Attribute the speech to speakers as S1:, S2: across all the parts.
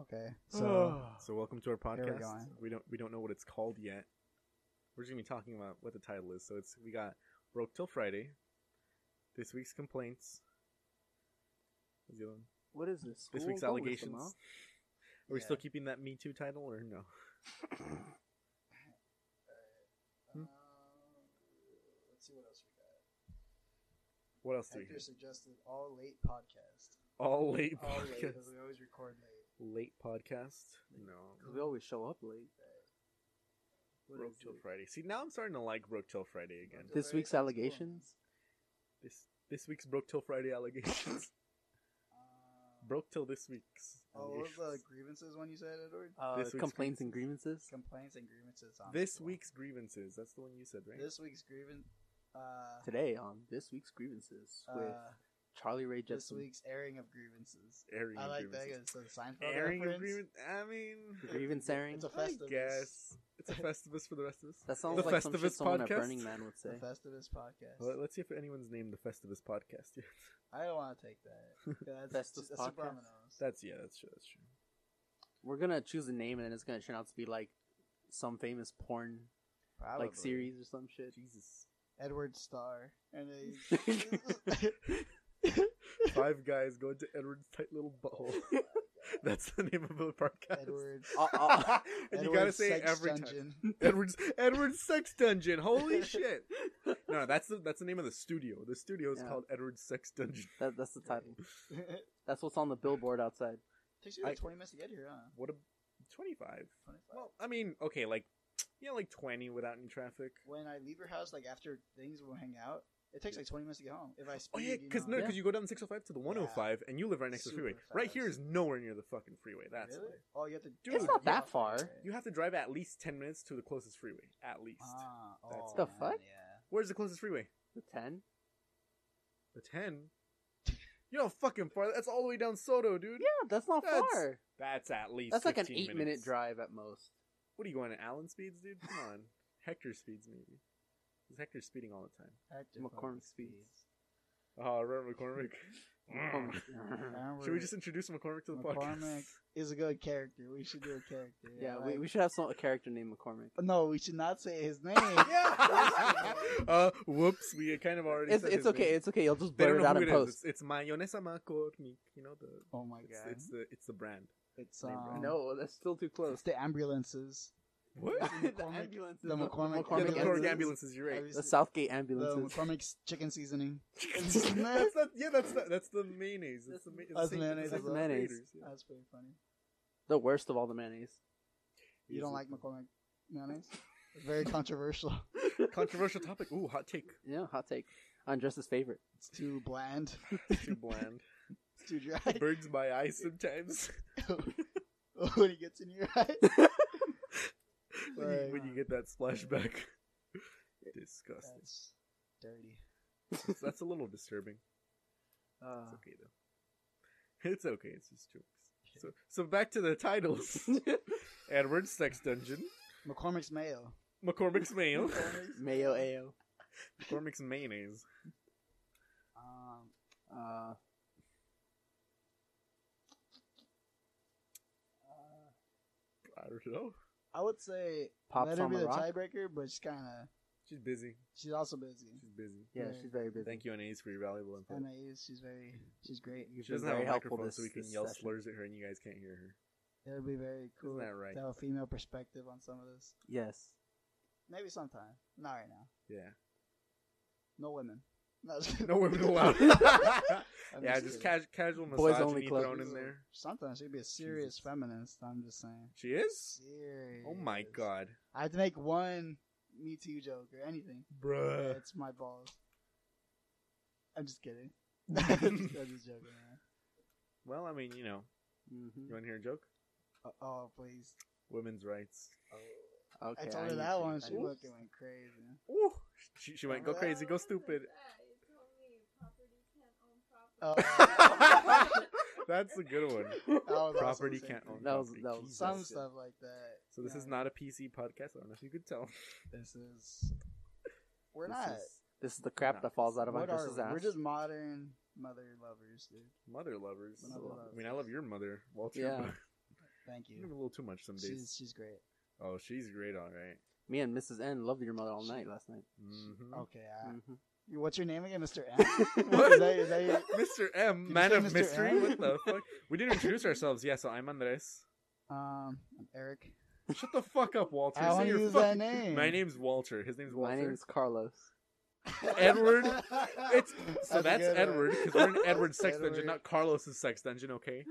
S1: Okay. So
S2: So welcome to our
S1: we
S2: podcast.
S1: go.
S2: We don't we don't know what it's called yet. We're just gonna be talking about what the title is. So it's we got broke till Friday. This week's complaints. What's the other one?
S3: What is this?
S2: This
S3: We'll
S2: week's
S3: go with them,
S2: allegations.
S3: huh?
S2: Are we
S1: Yeah.
S2: still keeping that Me Too title or no? Hmm?
S4: Uh, let's see what else we got.
S2: What else do we
S4: Hector
S2: have?
S4: suggested all late podcast.
S2: All late
S4: All late
S2: podcast.
S4: because we always record late.
S2: Late podcast.
S3: Because
S2: No.
S3: we always show up late. What
S2: Broke
S3: is
S2: till
S3: it?
S2: Friday. See now I'm starting to like broke till Friday again.
S4: Broke Till
S3: This
S4: Friday?
S3: week's allegations?
S2: This this week's broke till Friday allegations.
S4: Um,
S2: broke till this week's.
S4: Oh, what was the
S2: allegations.
S4: grievances one you said, Edward?
S3: Uh,
S2: This week's
S3: complaints and grievances?
S4: Complaints and grievances. On
S2: This
S4: one.
S2: week's grievances. That's the one you said, right?
S4: This week's grievance. Uh,
S3: Today on This Week's Grievances with
S4: uh,
S3: Charlie Ray
S4: this
S3: Jepsen.
S4: week's airing of grievances.
S2: airing
S4: I like that.
S2: grievances.
S4: It's a Seinfeld
S2: airing
S4: reference.
S2: agreement. I mean,
S3: Grievance airing?
S4: It's a
S2: I
S4: Festivus.
S2: guess it's a festivus for the rest of us.
S3: That sounds
S2: The
S3: like some
S2: Festivus
S3: shit someone at
S2: podcast?
S3: Burning Man would
S4: The
S3: say.
S4: Festivus podcast.
S2: Well, let's see if anyone's named the festivus podcast yet.
S4: I don't want to take that. That's,
S3: Festivus
S4: that's
S3: podcast?
S4: Sopranos.
S2: That's yeah, that's true. That's true.
S3: We're gonna choose a name and then it's gonna turn out to be like some famous porn
S4: Probably.
S3: like series or some shit.
S2: Jesus,
S4: Edward Starr. And they-
S2: five guys going to Edward's tight little butthole. that's the name of the podcast.
S4: Edward.
S3: I'll, I'll,
S2: and you
S4: Edward's
S2: gotta say it
S4: sex
S2: every time.
S4: dungeon.
S2: Edward's Edward's sex dungeon. Holy shit! No, that's the that's the name of the studio. The studio is
S3: Yeah.
S2: called Edward's sex dungeon.
S3: that, that's the title. That's what's on the billboard outside.
S4: Takes you like
S2: I-
S4: 20 minutes to get here, huh?
S2: What a twenty five.
S4: 25.
S2: Well, I mean, okay, like yeah, like twenty without any traffic.
S4: when I leave your house, like after things, we'll hang out. It takes like 20 minutes to get home. If I
S2: Oh
S4: speed,
S2: yeah,
S4: you
S2: because
S4: know,
S2: no, because you go down six hundred five to the one hundred five, and you live right next to the
S4: Super
S2: freeway. Right
S4: fast.
S2: here is nowhere near the fucking freeway. That's
S4: really?
S2: why.
S4: Oh, you have to.
S2: Dude, It's
S3: not
S4: yeah.
S3: that far.
S2: you have to drive at least ten minutes to the closest freeway. At least.
S4: Ah, oh,
S2: That's-
S3: The
S4: man,
S3: fuck?
S4: Yeah.
S2: Where's the closest freeway?
S3: The ten?
S2: The ten. You know, fucking far. That's all the way down Soto, dude.
S3: Yeah, that's not
S2: That's-
S3: far.
S2: That's at least.
S3: That's like an
S2: 15
S3: eight minute
S2: minutes.
S3: drive at most.
S2: What are you going at Allen speeds, dude? Come on, Hector speeds maybe. 'Cause Hector's speeding all the time.
S4: Hector
S3: McCormick
S4: fucking
S3: speeds.
S2: Oh, Robert McCormick. Mm.
S4: McCormick.
S2: Should we just introduce McCormick to the
S4: McCormick
S2: podcast?
S4: is a good character. We should do a character.
S3: yeah, we,
S4: like-
S3: we should have some a character named McCormick.
S4: No, we should not say his name.
S2: yeah. uh, whoops. We kind of already.
S3: It's,
S2: said
S3: it's
S2: his
S3: okay.
S2: name.
S3: It's okay. You'll just
S2: They
S3: blur
S2: don't
S3: it
S2: know
S3: out
S2: who
S3: in
S2: it is.
S3: post.
S2: It's, it's mayonesa McCormick. You know the.
S4: oh my god,
S2: It's, it's the it's the brand.
S4: It's,
S2: name brand.
S4: um,
S3: No, that's still too close.
S4: it's the ambulances.
S2: What?
S4: The
S3: the
S4: McCormick-
S3: ambulances.
S4: the McCormick
S2: yeah, the
S3: ambulances.
S2: McCormick ambulances. You're right.
S3: The
S4: Obviously,
S3: Southgate
S4: the
S3: ambulances.
S4: McCormick's chicken seasoning.
S2: that's not, yeah, that's the, that's the mayonnaise. That's the, ma- it's
S4: That's
S2: the same-
S4: mayonnaise, Uh,
S2: it's like
S4: that's
S3: mayonnaise.
S2: Raiders, yeah.
S4: That's pretty funny.
S3: the worst of all the mayonnaise.
S4: You don't like McCormick mayonnaise? It's very controversial.
S2: controversial topic. Ooh, hot take.
S3: Yeah, hot take. On Dress's favorite.
S4: It's too bland.
S2: It's too bland.
S4: It's too dry.
S2: Burns my eyes sometimes
S4: when it gets in your eye.
S2: when, you,
S4: Like,
S2: when you get that splashback. Disgusting.
S4: That's dirty.
S2: That's, that's a little disturbing. It's
S3: Uh, Ah.
S2: okay though. It's okay. It's just jokes. So so back to the titles. Edward's sex dungeon.
S4: McCormick's mayo.
S2: McCormick's mayo.
S4: McCormick's-
S3: Mayo Ayo.
S2: McCormick's mayonnaise.
S4: Um,
S3: Uh,
S4: uh,
S2: I don't know.
S4: I would say
S3: Pops
S4: let her
S3: on
S4: be
S3: the
S4: the
S3: rock?
S4: tiebreaker, but she's kind of
S2: She's busy.
S4: she's also busy.
S2: She's busy.
S3: yeah, she's very busy.
S2: Thank you, Anais, for your valuable input.
S4: And I use she's very she's great.
S3: You've
S2: She
S3: been
S2: doesn't have a
S3: very helpful
S2: microphone,
S3: this,
S2: so we can
S3: this
S2: yell
S3: session.
S2: slurs at her, and you guys can't hear her.
S4: It would be very cool
S2: that right?
S4: to have a female perspective on some of this.
S3: Yes.
S4: Maybe sometime. Not right now.
S2: Yeah.
S4: No women.
S2: No women allowed.
S4: I'm
S2: yeah, just
S4: kidding.
S2: cas- casual
S3: Boys
S2: misogyny
S3: only club.
S2: thrown in there.
S4: Sometimes she'd be a serious
S2: Jesus.
S4: feminist. I'm just saying.
S2: She is.
S4: Serious.
S2: Oh my god,
S4: I had to make one Me Too joke or anything. Yeah,
S2: bruh.
S4: it's my balls. I'm just kidding. I'm just I'm just joking. Man.
S2: Well, I mean, you know, you
S3: Mm-hmm.
S2: want to hear a joke?
S4: Oh, oh please.
S2: Women's rights.
S3: Mm-hmm. Okay,
S4: I told her
S3: need
S4: that
S3: you.
S4: one.
S3: I
S4: She
S3: need you.
S4: fucking went crazy.
S2: Ooh, she, she went go
S4: Well-
S2: crazy, go stupid.
S4: Oh,
S2: That's a good one.
S4: that was also
S2: Property
S4: the same
S2: can't
S4: thing.
S2: own
S3: That was-
S2: property.
S3: that was-
S4: Some
S3: That's good.
S4: stuff like that.
S2: So this
S4: you
S2: is
S4: know,
S2: not a PC podcast. I don't know if you could tell.
S4: This is. We're
S3: This
S4: not.
S3: is- This is the crap
S2: Not
S3: that falls out of my
S4: what are
S3: Dress's
S4: we?
S3: ass.
S4: We're just modern mother lovers, dude.
S2: Mother lovers.
S4: Mother
S2: I mean, I love your mother, Walter.
S3: Yeah.
S2: but-
S4: Thank
S2: You have
S4: you.
S2: a little too much some days.
S4: She's she's great.
S2: Oh, she's great, all right.
S3: Me and Mrs. N loved your mother all night last night.
S2: Mhm.
S4: Okay. Uh,
S3: hmm
S2: Mm-hmm.
S4: What's your name again, Mister M? Is that, is that your...
S2: Mr. M,
S4: you
S2: man
S4: say
S2: of
S4: Mr.
S2: mystery.
S4: M?
S2: What the fuck? We didn't introduce ourselves. Yeah, so I'm Andres.
S4: Um, I'm Eric.
S2: Shut the fuck up, Walter.
S4: I
S2: Say
S4: want to
S2: your
S4: use
S2: fucking-
S4: that name.
S2: My name's Walter. His name's
S3: My
S2: Walter.
S3: name is Carlos.
S2: Edward. It's so
S4: a
S2: that's
S4: good one.
S2: Edward because we're in Edward's sex
S4: Edward.
S2: dungeon, not Carlos's sex dungeon. Okay.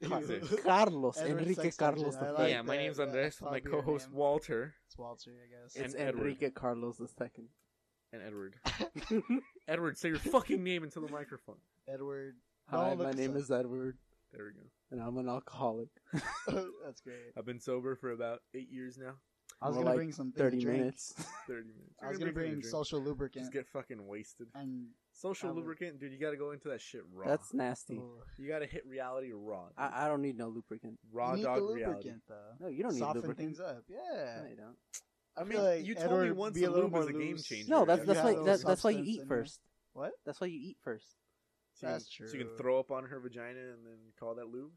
S2: Jesus.
S3: Carlos.
S4: Edward
S3: Enrique
S4: Sex Dungeon,
S3: Carlos.
S4: I
S3: the
S4: like
S3: third.
S2: yeah, my
S4: that.
S2: name's
S4: That-
S2: Andres.
S4: that's
S2: My
S4: probably your
S2: co-host
S4: name.
S2: Walter
S4: It's Walter, I guess.
S3: It's
S2: and Edward.
S3: Enrique Carlos the second.
S2: and Edward. Edward, say your fucking name into the microphone.
S4: Edward. Don't
S3: Hi,
S4: look
S3: my
S4: us
S3: name
S4: up.
S3: is Edward,
S2: There we go.
S3: and I'm an alcoholic.
S4: That's great.
S2: I've been sober for about eight years now.
S4: I was
S3: More
S4: gonna
S3: like
S4: bring something. to
S3: Thirty
S4: drink.
S3: minutes.
S2: Thirty minutes.
S4: I was
S2: You're
S4: gonna
S2: me
S4: bring
S2: a drink.
S4: social lubricant
S2: Just get fucking wasted.
S4: and
S2: Social
S4: I'm a-
S2: lubricant, dude. You gotta go into that shit raw.
S3: That's nasty.
S4: Ooh.
S2: You gotta hit reality raw. dude.
S3: I, I don't need no lubricant.
S2: raw
S4: you need
S2: dog
S4: the
S2: reality.
S4: lubricant though.
S3: No, you don't need
S4: Soften
S3: lubricant.
S4: things up. Yeah.
S3: No, you don't.
S2: I mean,
S4: feel like
S2: you told me
S4: Edward
S2: once
S4: be a
S2: the
S4: little
S2: lube
S4: more
S2: was a game
S4: loose.
S2: changer.
S3: No, that's
S4: you
S3: that's
S4: have
S3: why
S4: those
S3: that, that's why you
S4: substance
S3: eat
S4: in there.
S3: first.
S4: What?
S3: That's why you eat first.
S2: So you can-
S4: That's
S2: So you can
S4: true.
S2: throw up on her vagina and then call that lube.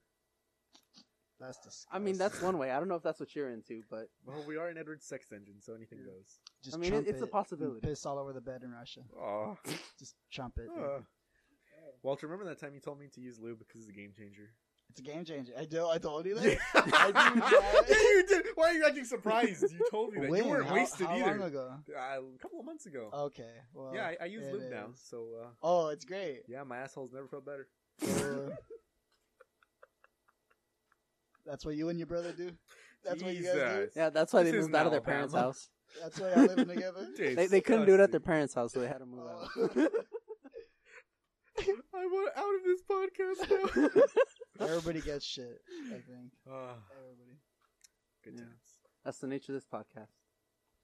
S4: That's disgusting.
S3: I mean, that's one way. I don't know if that's what you're into, but
S2: Well, we are in Edward's sex engine, so anything
S4: Yeah.
S2: goes.
S4: Just
S3: I mean,
S4: chomp
S3: it's a
S4: it and
S3: possibility.
S4: Piss all over the bed in Russia.
S2: Oh.
S4: Just chomp it.
S2: Ah. Walter, remember that time you told me to use lube because it's a game changer?
S4: It's a game changer. I do. I told you that.
S2: Yeah,
S4: I do that.
S2: you did. Why are you acting surprised? You told me that.
S4: When?
S2: You weren't
S4: How-
S2: wasted
S4: how
S2: either.
S4: long ago?
S2: Uh, a couple of months ago.
S4: Okay. Well.
S2: yeah, I, I use
S4: it
S2: lube now,
S4: is.
S2: so uh,
S4: Oh, it's great.
S2: yeah, my asshole's never felt better.
S4: Uh, that's what you and your brother do. That's what you guys do.
S2: Jesus.
S3: yeah, that's why
S2: This
S3: they
S2: is
S3: moved out of their
S2: Alabama.
S3: parents' house.
S4: That's why y'all living together.
S3: They, they couldn't do it at their
S2: Disgusting.
S3: parents' house, so they had to move
S4: Oh.
S3: out.
S2: I want out of this podcast
S4: Oh. Everybody gets shit. I think
S2: now. Ah,
S4: everybody.
S2: good
S3: Yeah.
S2: times.
S3: That's the nature of this podcast.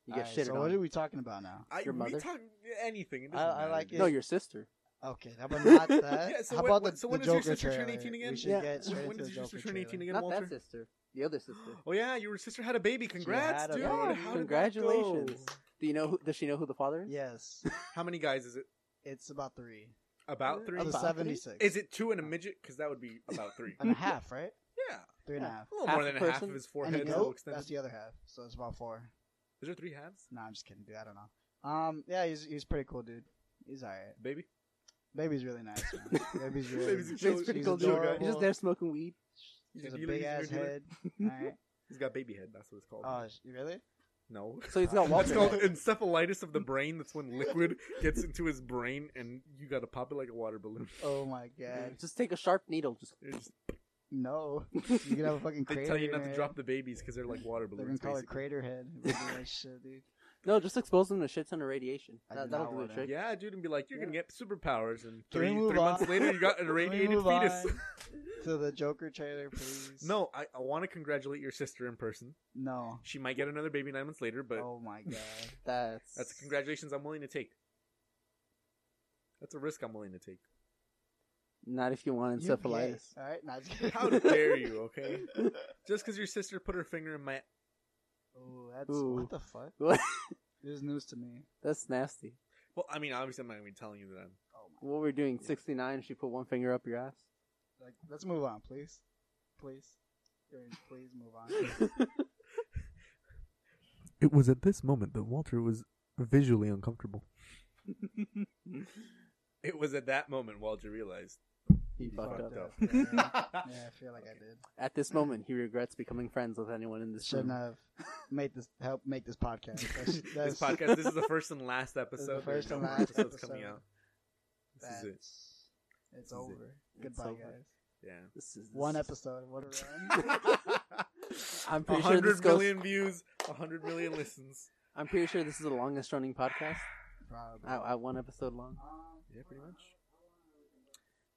S3: You get
S4: Alright,
S3: shit
S4: so
S3: on.
S4: what are we talking about now?
S2: I,
S3: Your
S2: we
S3: mother?
S2: talk anything. It
S4: I-
S2: doesn't
S4: I
S2: matter,
S4: like
S2: dude.
S3: No, your sister.
S4: Okay, how about not that?
S2: Yeah, so
S4: how
S2: what-
S4: about
S2: what-
S4: the,
S2: so
S4: the
S2: when does your
S4: Joker
S2: sister turn
S4: trailer?
S2: 18 again?
S4: We should
S3: Yeah.
S4: get straight
S2: When
S4: into
S2: did
S4: the
S2: your
S4: Joker
S2: sister turn 18
S4: trailer.
S2: again,
S3: Not
S2: Walter?
S3: that sister. The other sister.
S2: Oh yeah, your sister had a baby. Congrats,
S4: had a
S2: dude!
S4: baby.
S2: How did that
S3: Congratulations.
S2: go?
S3: Do you know? Who, does she know who the father is?
S4: Yes,
S2: How many guys is it?
S4: it's about three.
S2: About three.
S4: Of the
S3: About
S4: seventy-six.
S2: Is it two and a midget? Because that would be about three.
S4: and a half? Right,
S2: yeah,
S4: three and a half.
S2: a little
S3: Half
S2: more
S3: a
S2: than a half
S3: person?
S2: of his
S4: And a
S2: forehead.
S4: goat?
S2: extended.
S4: That's the other half. So it's about four.
S2: Is there three halves?
S4: No, I'm just kidding, dude. I don't know. Um, yeah, he's he's pretty cool, dude. He's alright.
S2: Baby.
S4: Baby's really nice. Man. Baby's really.
S2: Baby's a
S3: She's
S2: She's
S3: pretty
S4: he's
S3: cool, dude.
S4: adorable.
S3: He's just there smoking weed.
S4: He
S2: He's
S4: has
S2: a
S4: a
S2: dealer,
S4: big
S2: he's a
S4: ass
S2: dealer.
S4: head. Alright.
S2: He's got baby head. That's what it's called.
S4: Oh, sh- really?
S2: no.
S3: So he's got
S2: That's
S3: Walter.
S2: called
S3: head.
S2: encephalitis of the brain. That's when liquid gets into his brain and you gotta pop it like a water balloon.
S4: Oh my god.
S3: Just take a sharp needle. Just
S2: It's just-
S4: No. You could have a fucking
S2: they
S4: crater.
S2: tell you not
S4: in
S2: to
S4: your
S2: drop
S4: head.
S2: the babies because they're like water
S4: They're gonna
S2: balloons.
S4: call it
S2: basically.
S4: crater head. It would be like shit, dude.
S3: no, just expose him to shit ton of radiation.
S4: I do
S3: That, that'll
S4: not
S3: do
S4: wanna.
S3: the trick.
S2: Yeah, dude, and be like, you're gonna get superpowers, and
S4: Can we
S2: three,
S4: move
S2: three months
S4: on?
S2: later, you got an
S4: Can we
S2: irradiated
S4: move
S2: fetus.
S4: on to the Joker trailer, please.
S2: No, I, I want to congratulate your sister in person.
S4: No.
S2: She might get another baby nine months later, but
S4: oh my god.
S3: That's
S2: that's congratulations I'm willing to take. That's a risk I'm willing to take.
S3: Not if you want encephalitis.
S4: All right, not just
S2: How dare you? Okay, just because your sister put her finger in my
S4: Oh, that's
S3: Ooh.
S4: what the fuck.
S3: What?
S4: This is news to me.
S3: that's nasty.
S2: well, I mean, obviously I'm not gonna be telling you that. I'm...
S4: Oh my.
S3: What we're doing? Sixty nine. She put one finger up your ass.
S4: Like, let's move on, please, please, During- please move on.
S2: It was at this moment that Walter was visually uncomfortable. It was at that moment Walter realized
S3: he fucked up.
S2: fucked up.
S4: Yeah, yeah, I feel like I did.
S3: At this moment, he regrets becoming friends with anyone in this
S4: Shouldn't
S3: room.
S4: have made this help make this podcast. That's,
S2: this
S4: that's-
S2: podcast. This is the first and last
S4: is
S2: episode.
S4: the first
S2: There's
S4: and
S2: no more
S4: last
S2: episodes
S4: episode.
S2: coming out. This is
S4: that's-
S2: it.
S4: It's
S2: is it.
S4: over.
S3: It's
S4: Goodbye,
S3: over.
S4: guys.
S2: Yeah.
S3: This is this
S4: One
S3: is-
S4: episode. What a run.
S2: A
S3: I'm pretty sure
S2: hundred
S3: this goes.
S2: million views, a hundred million listens.
S3: I'm pretty sure this is the longest running podcast.
S4: Probably.
S3: I, I one episode long.
S4: Um,
S2: Yeah, pretty much.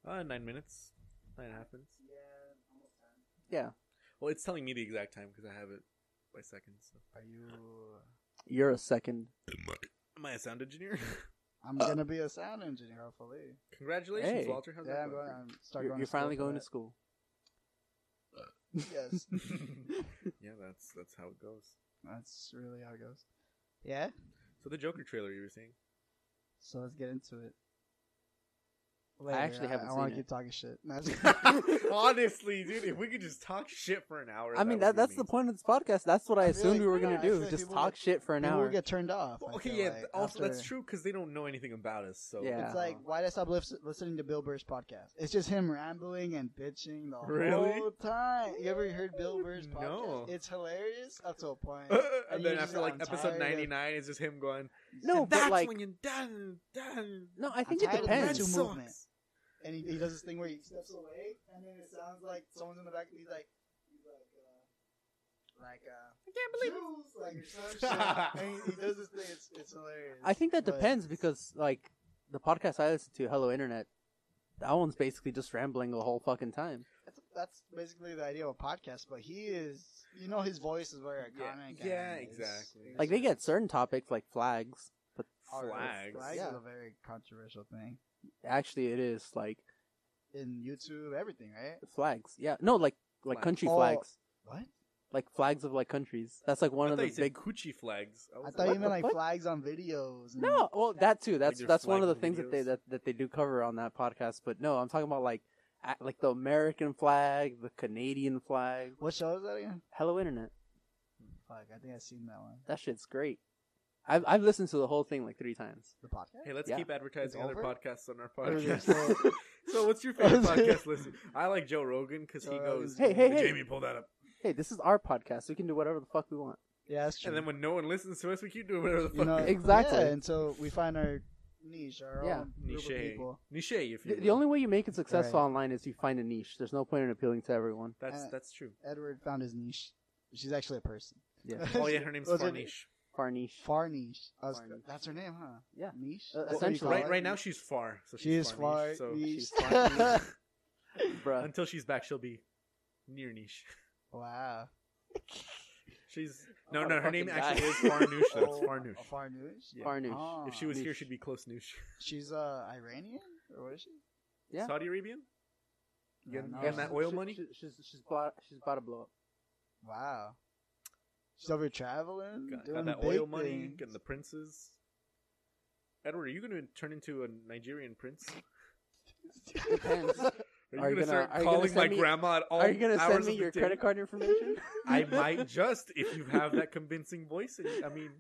S2: Uh, nine minutes, nine and a half minutes.
S3: Yeah,
S2: Well, it's telling me the exact time because I have it by seconds. So.
S4: Are you?
S2: uh,
S3: you're a second.
S2: Am I a sound engineer?
S4: I'm gonna be a sound engineer, hopefully.
S2: Congratulations,
S3: Hey.
S2: Walter. How's
S4: Yeah,
S2: that
S4: I'm going. I'm start
S3: You're,
S4: going
S3: you're
S4: to school
S3: finally
S4: for
S3: going to
S4: that.
S3: school.
S4: Yes,
S2: going? yeah, that's that's how it goes.
S4: that's really how it goes. Yeah.
S2: So the Joker trailer you were saying.
S4: So let's get into it. Later,
S3: actually
S4: I-
S3: haven't
S4: I, wanna
S3: seen it.
S4: keep talking shit. No, that's-
S2: Honestly, dude, if we could just talk shit for an hour,
S3: I mean,
S2: that would be
S3: that, that's the
S2: amazing.
S3: point of this podcast. That's what
S4: I
S3: I,
S4: feel
S3: assumed
S4: like-
S3: we were
S4: yeah,
S3: going
S4: I
S3: to do.
S4: feel like
S3: Just
S4: people
S3: talk
S4: get-
S3: shit for an
S4: People
S3: hour.
S4: get turned off. I
S2: Well, okay,
S4: feel
S2: yeah.
S4: like,
S2: th- also, that's
S4: after-
S2: true because they don't know anything about us. So
S3: Yeah.
S4: It's like why did I stop lis- listening to Bill Burr's podcast? It's just him rambling and bitching the
S2: Really?
S4: whole time. You ever heard Bill Burr's podcast?
S2: No.
S4: It's hilarious up to a point.
S2: and
S4: you're
S2: then
S4: just
S2: after like
S4: I'm tired
S2: episode
S4: of-
S2: ninety nine, it's just him going.
S3: no,
S2: "And
S3: but
S2: that's
S3: like,
S2: when you're done, done.
S3: no, I think it
S4: tired of the
S2: Red
S4: Two
S3: depends.
S4: Red movement.
S2: Sox."
S4: and he, he does this thing where he steps away, and then it sounds like someone's in the back. And he's like, he's like, uh, like, uh,
S2: I can't believe it.
S4: Jews, like or some shit. and he, he does this thing. It's, it's hilarious.
S3: I think that
S4: But-
S3: depends because, like, the podcast I listen to, Hello Internet, that one's basically just rambling the whole fucking time.
S4: That's, that's basically the idea of a podcast, but he is, you know, his voice is very
S2: Yeah.
S4: iconic.
S2: Yeah,
S4: and it's-
S2: exactly.
S4: it's
S3: Like, they
S4: just-
S3: get certain topics like flags, but
S4: our-
S2: Flags.
S4: Flags is
S3: Yeah.
S4: a very controversial thing
S3: actually, it is like
S4: in YouTube, everything, right?
S3: flags. Yeah, no, like like
S2: Flag.
S3: country
S4: Oh.
S3: flags,
S4: What?
S3: like flags of like countries. That's like one
S2: I
S3: of
S2: thought
S3: the
S2: you said
S3: big.
S2: coochie flags.
S4: I
S2: was
S4: thought
S3: What
S4: you
S3: the
S4: meant like
S3: fuck?
S4: flags on videos. and-
S3: No, well, that too. That's
S2: their
S3: that's one
S2: flag
S3: of the things that they
S2: videos.
S3: that, that they do cover on that podcast. But no, I'm talking about like a- like the American flag, the Canadian flag.
S4: What show is that again?
S3: Hello, internet.
S4: Fuck, I think I've seen that one.
S3: That shit's great. I've I've listened to the whole thing like three times.
S4: The podcast?
S2: Hey, let's
S3: Yeah.
S2: keep advertising
S4: It's
S2: other
S4: over?
S2: podcasts on our
S4: Or is it
S2: podcast.
S4: still-
S2: so, what's your favorite
S4: Is it-
S2: podcast listen? I like Joe Rogan because he
S4: Joe Rogan's
S2: goes,
S3: Hey, hey, hey.
S2: Jamie, pull that up.
S3: Hey, this is our podcast. We can do whatever the fuck we want.
S4: Yeah, that's true.
S2: And then when no one listens to us, we keep doing whatever the fuck.
S4: you know,
S2: we-
S3: Exactly.
S4: Yeah, and so we find our niche, our
S3: Yeah.
S4: own group of
S2: Niche.
S4: people.
S2: Niche, if you
S3: The, the
S2: will.
S3: only way you make it successful
S4: Right.
S3: online is you find a niche. There's no point in appealing to everyone.
S2: that's
S4: uh,
S2: that's true.
S4: Edward found his niche. She's actually a person.
S3: Yeah,
S2: Oh yeah, her name's
S4: What's her
S2: Farnish.
S3: far niche.
S4: Far niche. I was-
S3: Farniche.
S4: That's her name, huh?
S3: Yeah.
S4: Niche.
S3: Uh,
S4: That's what you
S3: essentially.
S4: call
S2: Right,
S4: it?
S2: right now she's far. So she's
S4: She is far
S2: Farniche, so
S4: niche.
S3: she's Farniche. Bruh.
S2: until she's back, she'll be near niche.
S4: wow.
S2: She's
S3: I'm
S2: no,
S3: about
S2: no.
S3: to
S2: Her name
S3: fucking
S2: actually
S3: die.
S2: is Farnoosh. Though it's
S4: Oh,
S2: Farnoosh.
S4: a Far niche.
S2: Yeah.
S3: Far niche.
S4: Ah.
S2: If she was here,
S3: Farnoosh.
S2: she'd be close Noosh.
S4: She's uh Iranian or what is she?
S3: Yeah.
S2: Saudi Arabian. You
S4: I don't
S2: getting- you
S4: know.
S2: getting that oil
S3: She-
S2: money?
S3: she- she's she's about she's about to blow up.
S4: Wow. She's over traveling,
S2: Got,
S4: doing
S2: got that
S4: big
S2: oil money.
S4: things.
S2: Getting the princes. Edward, are you going to turn into a Nigerian prince?
S3: Depends.
S2: Are you
S3: Are
S2: going to
S3: you gonna-
S2: start
S3: are you gonna
S2: calling
S3: send
S2: my
S3: me-
S2: grandma at all
S3: Are you gonna
S2: hours
S3: send
S2: of
S3: me
S2: the
S3: your
S2: day?
S3: credit card information?
S2: I might just if you have that convincing voice. And, I mean,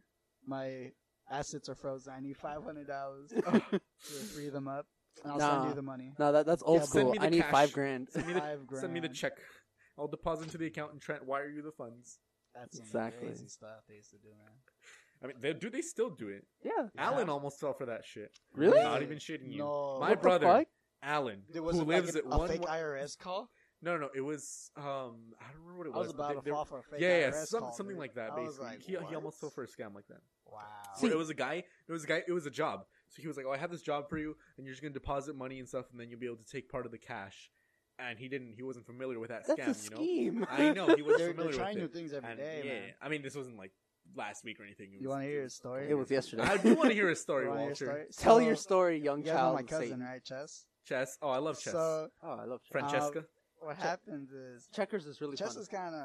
S4: My assets are frozen. I need five hundred dollars to
S3: no,
S4: free them up, and I'll
S3: Nah.
S4: send you the money.
S3: that, that's old
S4: Yeah,
S2: send
S3: school.
S2: me the
S3: I need
S2: cash.
S3: five grand.
S2: send me the,
S4: Five grand.
S2: send me the check. I'll deposit into the account and Trent wire you the funds.
S4: That's some
S3: Exactly.
S4: crazy stuff they used to do, man.
S2: I mean, they, do they still do it?
S3: Yeah,
S2: Alan almost fell for that shit.
S3: Really?
S2: I'm not even shitting you.
S4: No.
S2: My
S3: What the
S2: brother,
S3: fuck?
S2: Alan,
S4: There was
S2: who
S4: a,
S2: lives
S4: like,
S2: at
S4: a
S2: one.
S4: fake
S2: wa-
S4: IRS call.
S2: no, no, it was. Um, I don't remember what it
S4: I was
S2: was. but
S4: about to
S2: they- they-
S4: fall for a fake
S2: yeah, yeah,
S4: IRS
S2: some-
S4: call,
S2: something
S4: dude.
S2: like that.
S4: I was
S2: Basically,
S4: like,
S2: he, he
S4: what?
S2: almost fell for a scam like that.
S4: Wow.
S2: Where it was a guy. It was a guy. It was a job. So he was like, "Oh, I have this job for you, and you're just gonna deposit money and stuff, and then you'll be able to take part of the cash." And he didn't. He wasn't familiar with that
S3: That's
S2: scam.
S3: a
S2: You
S3: scheme.
S2: know, I know he wasn't
S4: they're, they're
S2: familiar
S4: trying new
S2: with it.
S4: things every
S2: And,
S4: day,
S2: yeah,
S4: man.
S2: I mean, this wasn't like last week or anything. It
S4: You
S2: was-
S4: want to hear
S2: it
S4: a
S2: was-
S4: story?
S3: It was yesterday.
S2: I do want to hear a
S4: You
S2: story,
S4: wanna hear a
S2: Walter.
S4: story?
S3: Tell your
S4: So,
S3: story, young
S4: You guys know
S3: child.
S4: my
S3: and say-
S4: cousin, right, Chess?
S2: Chess. Oh, I love chess.
S4: So um,
S3: Oh, I love checkers.
S2: Francesca.
S4: what
S3: Che-
S4: happens is
S3: checkers is really
S4: Chess
S3: fun.
S4: is kind of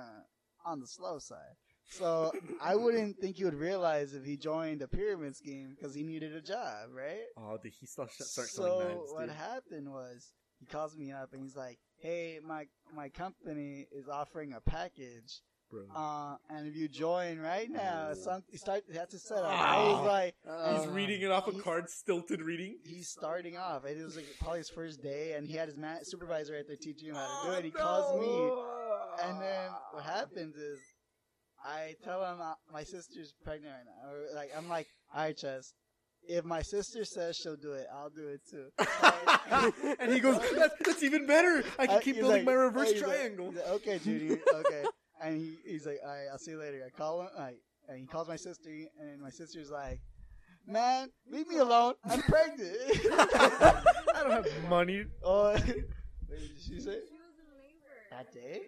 S4: on the slow side. So I wouldn't think you would realize if he joined a pyramid scheme because he needed a job, right?
S2: oh, did he start, start
S4: so
S2: selling knives?
S4: what
S2: dude.
S4: happened was he calls me up and he's like, "Hey, my my company is offering a package,
S2: Bro.
S4: uh, and if you join right
S3: Oh.
S4: now, some, he start that's a setup." I
S2: Ah.
S4: was like,
S2: He's
S4: Uh,
S2: reading it off a
S4: he's-
S2: card, stilted reading.
S4: he's starting off. It was like probably his first day, and he had his ma- supervisor right there teaching him how to do it. He calls
S3: Oh,
S4: me. And then what
S3: Ah,
S4: happens is, I tell him uh, my sister's pregnant right now. Or like I'm like, all right, Chess. If my sister says she'll do it, I'll do it too.
S2: and he goes, that's, that's even better. I can
S4: I-
S2: keep
S4: he's
S2: building
S4: like-
S2: my
S4: oh,
S2: reverse
S4: he's like-
S2: triangle.
S4: he's like, okay, Judy. Okay. and he, he's like, all right, I'll see you later. I call him. I, and he calls my sister, and my sister's like, man, leave me alone. I'm pregnant.
S2: I don't have money.
S4: oh, wait, did she say?
S1: She was in labor.
S4: That day?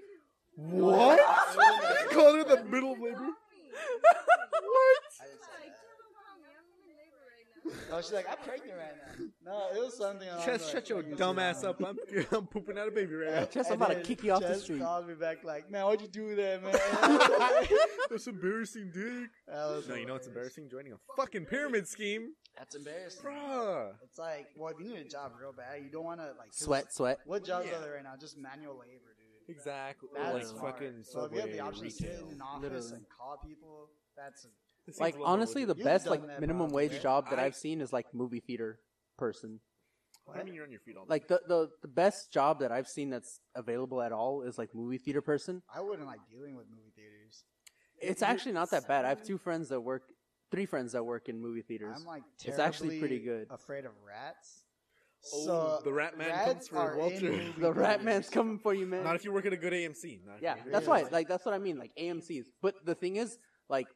S2: What? you called her the middle of
S1: She
S2: labor?
S1: told me. She told me.
S4: I didn't say
S1: She's like,
S4: that.
S1: "Tell them, Mommy, I'm in labor right now."
S4: Oh, No, she's like, I'm pregnant right now. No, it was something. along
S2: Just
S4: those-
S2: shut your
S4: like,
S2: dumb ass up. I'm, I'm pooping out a baby right now.
S3: Chess, I'm
S4: And
S3: about to
S4: then
S3: kick you off the
S4: Chess
S3: street.
S4: called me back like, man, why'd you do that, man? that
S2: That's embarrassing, dick.
S4: was
S2: No, you know what's
S4: hilarious.
S2: embarrassing? Joining a fucking pyramid scheme,
S4: That's embarrassing.
S2: bruh.
S4: It's like, well, if you need a job real bad, you don't want to like 'cause
S3: Sweat, sweat.
S4: What jobs
S2: Yeah.
S4: are there right now? Just manual labor, dude.
S2: Exactly.
S4: That's
S3: Like
S4: hard.
S2: fucking
S4: so if you have
S2: Subway,
S4: the option to sit in
S2: retail.
S4: an office
S3: Literally.
S4: and call people, that's
S2: This
S3: Like
S2: seems low
S3: honestly, the
S2: budget.
S4: You've
S3: best
S4: done
S3: like
S4: that,
S3: minimum
S4: Bob.
S3: wage
S4: Yeah.
S3: job that
S2: I-
S3: I've seen is like movie theater person.
S2: I mean, you're on your feet all day.
S3: Like the, the the best job that I've seen that's available at all is like movie theater person.
S4: I wouldn't like dealing with movie theaters.
S3: It's actually not that bad. I have two friends that work, three friends that work in movie theaters.
S4: I'm like terribly
S3: It's actually pretty good.
S4: Afraid of rats.
S2: Oh,
S4: So
S2: the Rat Man
S4: rats
S2: comes for
S4: are
S2: Walter.
S4: in movie
S3: the rat
S4: theaters.
S3: man's coming for you, man.
S2: Not if you work at a good AMC. Not if
S3: Yeah,
S2: you work at
S3: that's
S2: a
S3: why.
S2: good
S3: Like that's what I mean. Like AMC's. But the thing is, like,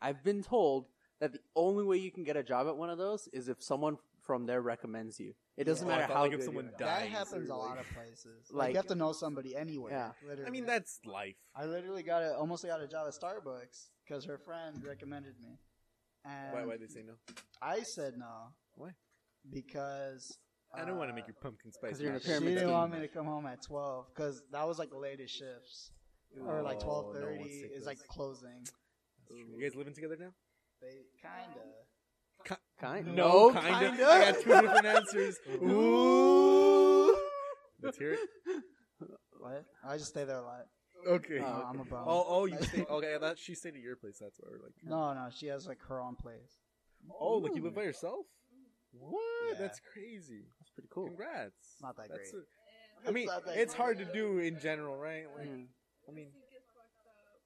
S3: I've been told that the only way you can get a job at one of those is if someone from there recommends you. It doesn't
S4: Yeah.
S2: Oh, I
S3: matter
S2: thought,
S3: how
S2: like, if
S3: good.
S2: someone
S3: Someone
S2: died.
S3: died.
S4: That
S2: dies
S4: happens
S2: or,
S4: a lot
S2: like-
S4: of places. Like,
S3: Like-
S4: you have to know somebody anywhere.
S3: Yeah.
S2: AMC.
S4: Literally.
S2: I mean, that's life.
S4: I literally got a, almost got a job at Starbucks because her friend recommended me. And
S2: Why? Why they say no?
S4: I said no.
S2: Why?
S4: Because
S2: I don't want to
S4: uh,
S2: make your pumpkin spice.
S3: 'cause you're in a
S2: match.
S4: She
S3: pyramid
S4: didn't
S3: scheme.
S4: want me to come home at twelve because that was like the latest shifts, or like
S2: Oh, no
S4: twelve
S2: one
S4: thirty
S2: sick
S4: is
S2: does.
S4: like closing.
S2: You guys living together now?
S4: They kinda.
S3: Kind.
S2: No, kinda. I got two different answers. Ooh. Let's hear it.
S4: What? I just stay there a lot.
S2: Okay.
S4: No,
S3: Oh,
S4: I'm a bum.
S2: Oh, oh, you stay. Okay, I thought she stayed at your place. That's why we're like.
S4: No, no, she has like her own place.
S2: Oh, like you live by yourself? What?
S4: Yeah.
S2: That's crazy.
S3: That's pretty cool.
S2: Congrats.
S4: Not that
S2: That's
S4: great.
S2: a- I mean,
S4: not that
S2: it's
S4: great.
S2: hard to do in general, right? Like,
S4: Hmm.
S3: Mm.
S2: I mean,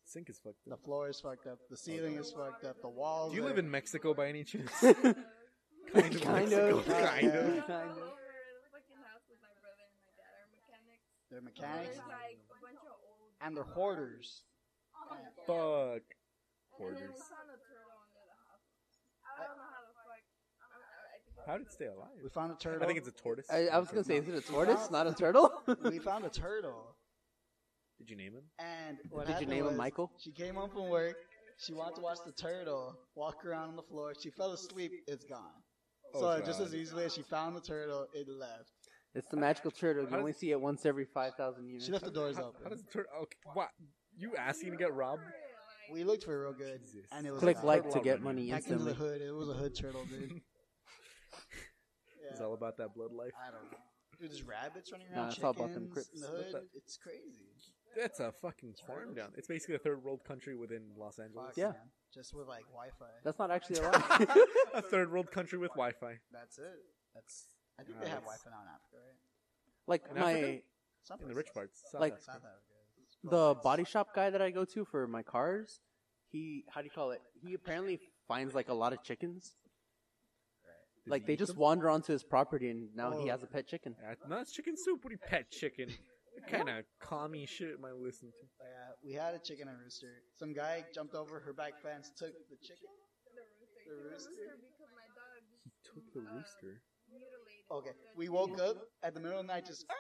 S2: sink is fucked
S4: The
S2: up.
S4: floor is fucked up. The ceiling is fucked up. The walls.
S2: Do you
S4: are-
S2: live in Mexico by any chance?
S3: kind
S2: of
S3: of,
S2: Mexico,
S4: kind of.
S3: kind of.
S4: They're mechanics and
S1: And
S4: they're
S1: the
S4: hoarders.
S2: Fuck.
S1: Hoarders.
S2: Hoarders. How did it stay alive?
S4: We found a turtle.
S2: I think it's a tortoise.
S3: I, I was gonna say,
S2: Okay.
S3: is it a tortoise, not a turtle?
S4: we found a turtle.
S2: Did you name him?
S4: And what
S3: Did you
S4: happened
S3: name him
S4: was
S3: Michael?
S4: She came home from work. She wanted to watch the turtle walk around on the floor. She fell asleep. It's gone. So
S2: Oh, God.
S4: just as easily as she found the turtle, it left.
S3: it's the magical turtle. You
S2: How
S3: only see it once every five thousand years.
S4: She left the doors
S2: how,
S4: open.
S2: How does the turtle? Okay, what? You asking to get robbed?
S4: we looked for it real good,
S2: Jesus.
S4: and it was
S3: Click
S4: gone.
S3: like
S2: Turtle
S3: to get
S2: already.
S3: money
S4: Back into the
S3: instantly.
S4: hood. It was a hood turtle, dude.
S2: It's
S4: yeah.
S2: all about that blood life.
S4: I don't know. Dude, there's rabbits running
S3: Nah,
S4: around.
S3: it's all about them
S4: chickens in the
S3: Crips.
S4: hood.
S2: What
S4: It's crazy.
S2: That's a fucking farm down. It's basically a third world country within Los Angeles.
S4: Fuck,
S3: Yeah.
S4: man. Just with like Wi-Fi.
S3: That's not actually a lie.
S2: a third world country with Wi-Fi.
S4: That's it. That's. I think
S2: Nah,
S4: they have
S2: that's-
S4: Wi-Fi now in Africa, right?
S3: like
S2: In
S3: my
S2: Africa?
S4: Some
S2: In the
S4: places.
S2: rich parts. South
S3: Like-
S2: Africa.
S4: South Africa.
S3: the body shop guy that I go to for my cars, he how do you call it? He apparently finds like a lot of chickens.
S2: Does
S3: like
S2: he
S3: they
S2: eat
S3: just
S2: them?
S3: wander onto his property, and now he
S4: Oh.
S3: has a pet chicken.
S2: Uh, no, it's chicken soup. What do you pet chicken? What kind of commie shit am I listening to?
S4: Yeah, we had a chicken and rooster. Some guy jumped over her back fence, took the chicken. The rooster.
S2: Took
S1: uh,
S2: the rooster.
S4: Okay, we woke up at the middle of the night, just "Arr!"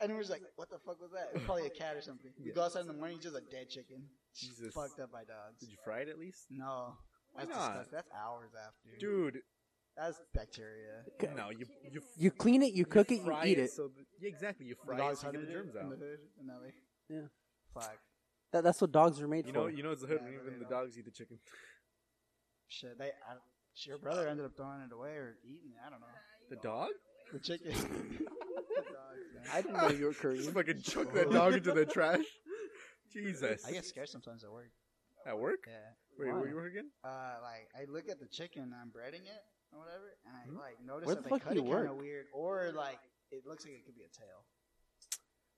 S4: and we was like, "What the fuck was that?" It was probably a cat or something. We go outside in the morning, just a dead chicken,
S2: Jesus.
S4: fucked up by dogs.
S2: Did you fry it at least?
S4: No,
S2: Why
S4: that's
S2: not?
S4: disgusting. That's hours after.
S2: Dude,
S4: that's bacteria.
S2: no, you you
S3: You clean it, you cook it, you
S2: fry
S3: eat it.
S2: So th- yeah, exactly. You
S4: The
S2: fry it
S4: dogs
S2: so you get
S4: hunted
S2: the
S4: it
S2: germs
S4: in
S2: out.
S4: the hood, and that way.
S3: Yeah.
S4: Fuck.
S3: That, that's what dogs are made
S2: You
S3: for.
S2: know, you know it's the hood.
S4: Yeah,
S2: when
S4: I
S2: even
S4: really
S2: the
S4: don't.
S2: dogs eat the chicken.
S4: Shit, they. I, she, her brother ended up throwing it away or eating it. I don't know.
S2: The dog?
S4: The chicken. the dogs, man.
S3: I didn't know you were Korean.
S2: Just fucking chuck that dog into the trash. Jesus.
S4: Oh. I get scared sometimes at work.
S2: At work?
S4: Yeah.
S2: Wait, where
S3: Why?
S2: you work again?
S4: Uh, like I look at the chicken and I'm breading it or whatever, and I
S2: Hmm?
S4: like notice
S3: Where
S4: that
S3: the
S4: they
S3: fuck
S4: cut
S3: do
S4: it
S3: you
S4: kind of
S3: work?
S4: weird, or like it looks like it could be a tail. Or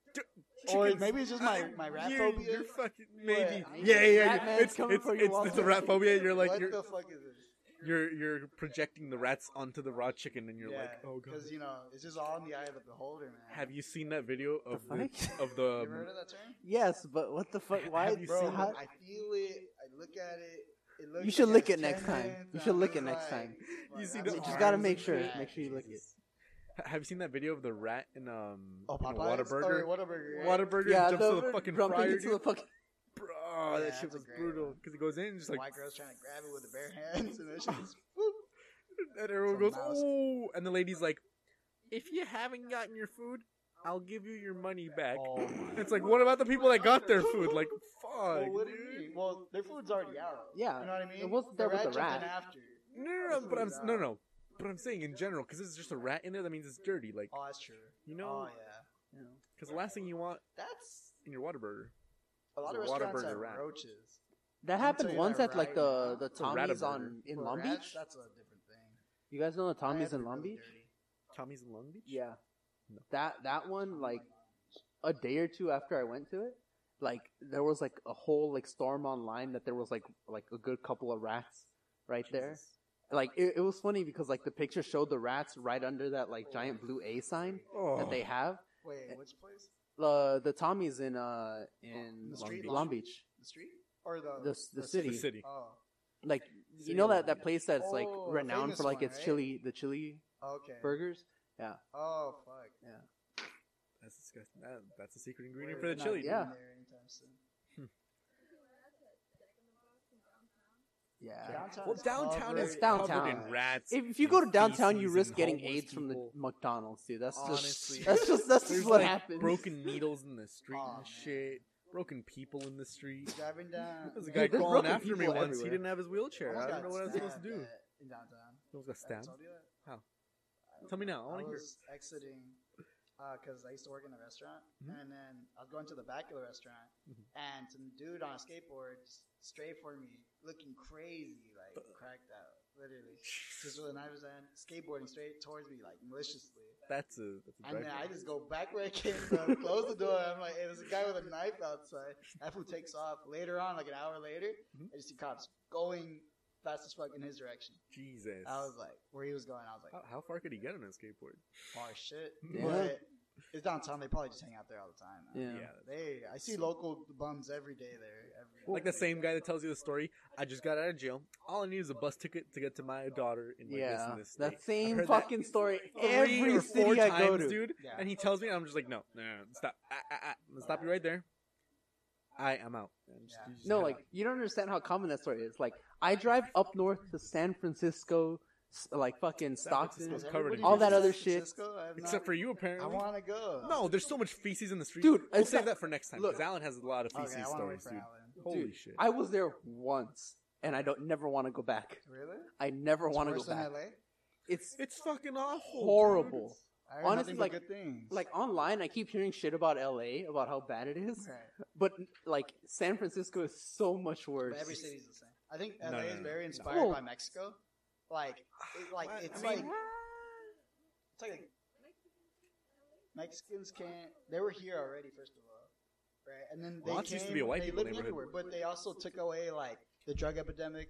S2: Chickens-
S4: maybe it's just my
S2: I-
S4: my rat
S2: you're,
S4: phobia.
S2: You're fucking maybe.
S4: I-
S2: Yeah, yeah, yeah.
S3: Rat man's
S2: It's
S3: coming
S2: it's
S3: for you,
S2: it's, it's a
S3: Walter.
S2: rat phobia. You're like
S4: what
S2: you're
S4: the fuck is this?
S2: you're you're projecting the rats onto the raw chicken, and you're like, oh god.
S4: because you know it's just all in the eye of the beholder, man.
S2: Have you um, seen that video of
S3: The
S2: the,
S3: fuck?
S2: of
S4: you
S2: the?
S4: ever heard of that term?
S3: yes, but what the fuck? Why?
S2: Have you
S4: Bro,
S2: seen
S3: how-
S4: I feel it. I look at it. it looks
S3: You should
S4: like
S3: lick it
S4: has
S3: next time.
S4: tendons,
S3: You
S4: I'm
S3: should lick
S4: just
S3: it next
S4: like,
S3: time.
S4: fuck,
S2: You
S4: that's
S2: see the
S3: You
S4: hard.
S3: just gotta
S2: arms
S3: make
S2: and
S3: sure.
S2: shit.
S3: Make sure you lick it.
S2: Ha- Have you seen that video of the rat in um
S4: Oh,
S2: in a
S4: Popeyes
S2: Whataburger?
S4: Or Whataburger. right?
S2: Whataburger jumps to the fucking
S3: dumping
S2: fryer,
S3: into the
S2: dude.
S3: fucking.
S2: Bro,
S4: Yeah,
S2: that shit
S4: that's a
S2: was
S4: great
S2: brutal.
S4: one.
S2: Because he goes in and just like
S4: White girls trying to grab it with their bare hands and that shit. is-
S2: And everyone
S4: Some
S2: goes,
S4: mouse.
S2: oh! And the lady's like, if you haven't gotten your food, I'll give you your money back.
S4: Oh my.
S2: It's like, what about the people that got their food? Like, fuck.
S4: Well, what do you
S2: dude.
S4: mean? Well, their food's already out.
S3: Yeah,
S4: You know what I mean?
S3: it wasn't there with the
S4: jumped in
S3: rat.
S4: After.
S2: No, no, no,
S4: That's
S2: but I'm
S4: really
S2: no,
S4: bad.
S2: no. But I'm saying in general, because it's just a rat in there, that means it's dirty. Like,
S4: Oh, that's true.
S2: you
S4: Oh
S2: know,
S4: yeah.
S2: because the last thing you want
S4: That's
S2: in your water burger.
S4: a lot of
S2: It's a
S4: restaurants
S2: Whataburger
S4: have
S2: rat.
S4: roaches.
S3: That
S4: I'll tell
S3: happened
S4: you
S3: once
S4: that
S3: at like
S4: right
S3: the
S4: now.
S3: the Tommy's
S2: Rataburger.
S3: on in
S4: For
S3: Long
S4: rats,
S3: Beach.
S4: That's a different thing.
S3: You guys know the Tommy's
S4: Rats
S3: in
S4: are
S3: Long
S4: really
S3: Beach?
S4: dirty.
S2: Tommy's in Long Beach.
S3: Yeah.
S2: No.
S3: That that one like a day or two after I went to it, like there was like a whole like storm online that there was like like a good couple of rats right there.
S2: Jesus.
S3: Like it, it was funny because like the picture showed the rats right under that like giant blue A sign
S2: Oh,
S3: that they have.
S4: Wait, which place?
S3: The the Tommy's in uh in
S4: The
S3: Long
S4: street?
S3: Beach. Long Beach.
S4: The street or the
S3: The s- the city.
S2: the city.
S4: Oh,
S3: Like
S2: City
S3: you know
S2: of
S3: that
S2: Long
S3: that place that's like
S4: Oh, the
S3: renowned
S4: famous
S3: for like
S4: one,
S3: its
S4: right?
S3: chili the chili
S4: okay.
S3: burgers.
S4: Oh fuck.
S2: That's disgusting. That, that's a secret ingredient
S4: We're
S2: for the
S4: not
S2: chili.
S4: getting
S3: Yeah.
S4: there anytime soon.
S3: Yeah.
S4: Downtown
S2: Well,
S4: is
S2: downtown
S4: covered-
S2: is
S3: It's downtown.
S2: covered in rats.
S3: If, if you go to downtown,
S2: feces
S3: you
S2: and
S3: risk getting
S2: homeless
S3: AIDS from the
S2: people.
S3: McDonald's, dude. That's
S2: Honestly.
S3: just that's just that's
S2: There's
S3: just what
S2: like
S3: happens.
S2: broken needles in the street
S4: Aw,
S2: and
S4: man.
S2: shit. Broken people in the street.
S4: Driving down.
S2: There's a
S3: Dude,
S2: guy
S3: there's
S2: crawling
S3: broken
S2: after me
S3: people
S2: once. He
S3: everywhere. Oh
S2: didn't have his wheelchair.
S4: Almost
S2: I
S4: got
S2: don't know what I was supposed to
S4: stabbed
S2: do.
S4: at- In downtown.
S2: He almost
S4: I
S2: got stabbed.
S4: told you that.
S2: Tell me now. I
S4: I,
S2: want to hear.
S4: was exiting because I used to work in the restaurant,
S2: Mhm.
S4: and then I was going to the back of the restaurant,
S2: Mhm.
S4: and some dude on a skateboard just straight for me, looking crazy, like cracked out, literally. Just with a knife in his hand, skateboarding straight towards me, like maliciously.
S2: That's a that's a
S4: And
S2: drive.
S4: then I just go back where I came from, close the door. I'm like, hey, there's a guy with a knife outside. That fool takes off. Later on, like an hour later,
S2: Mhm.
S4: I just see cops going fast as fuck in his direction.
S2: Jesus.
S4: I was like, where he was going, I was like,
S2: How, how far could he get on a skateboard?
S4: far shit.
S2: Yeah.
S4: But it's downtown. They probably just hang out there all the time.
S3: Yeah.
S4: They, I see local bums every day there. Every,
S2: Like the same guy that tells you the story. I just got out of jail. All I need is a bus ticket to get to my daughter in like this
S3: yeah,
S2: and this state.
S3: that same
S2: heard that
S3: fucking story
S2: Three
S3: every
S2: or four
S3: city I go
S2: times,
S3: to.
S2: dude.
S4: Yeah.
S2: And he tells me, and I'm just like, no, no, no, no, stop, ah, ah, ah. Let's stop you right there. I, I'm out. And just-
S4: Yeah.
S2: you just
S3: No,
S2: head
S3: like
S2: out.
S3: you don't understand how common that story is. Like I drive up north to San Francisco, s- like fucking Stockton.
S4: Is
S2: It's covered in
S4: everybody
S3: All that
S4: from
S3: other
S4: San
S3: shit.
S4: Francisco? I have
S2: except
S4: not-
S2: for you,
S4: I
S2: apparently.
S4: want to go.
S2: No, there's so much feces in the street,
S3: Dude,
S2: We'll
S3: it's
S2: save
S3: not-
S2: that for next time
S3: look.
S2: because Alan has a lot of
S4: Okay,
S2: feces
S4: I want to
S2: stories,
S4: wait for
S2: dude.
S4: Alan.
S2: Holy
S3: Dude,
S2: shit!
S3: I was there once, and I don't never want to go back.
S4: Really?
S3: I never
S4: It's
S3: want to go
S4: worse than
S3: back.
S4: LA?
S3: It's
S2: it's fucking awful.
S3: horrible.
S4: I heard nothing
S3: Honestly,
S4: but
S3: like-
S4: good things.
S3: Like online, I keep hearing shit about LA about how bad it is,
S4: Right.
S3: but like San Francisco is so much worse.
S4: But every city's the same. I think
S2: No,
S4: LA
S2: no,
S4: is
S2: no,
S4: very
S2: no.
S4: inspired
S3: Well-
S4: by Mexico. Like, it, like
S2: What?
S4: it's
S2: I mean,
S4: like it's like Mexicans can't. They were here already, first of all, right? And then they
S2: Lots
S4: came,
S2: used to be a white
S4: they
S2: people
S4: lived
S2: neighborhood.
S4: everywhere, but they also took away like the drug epidemic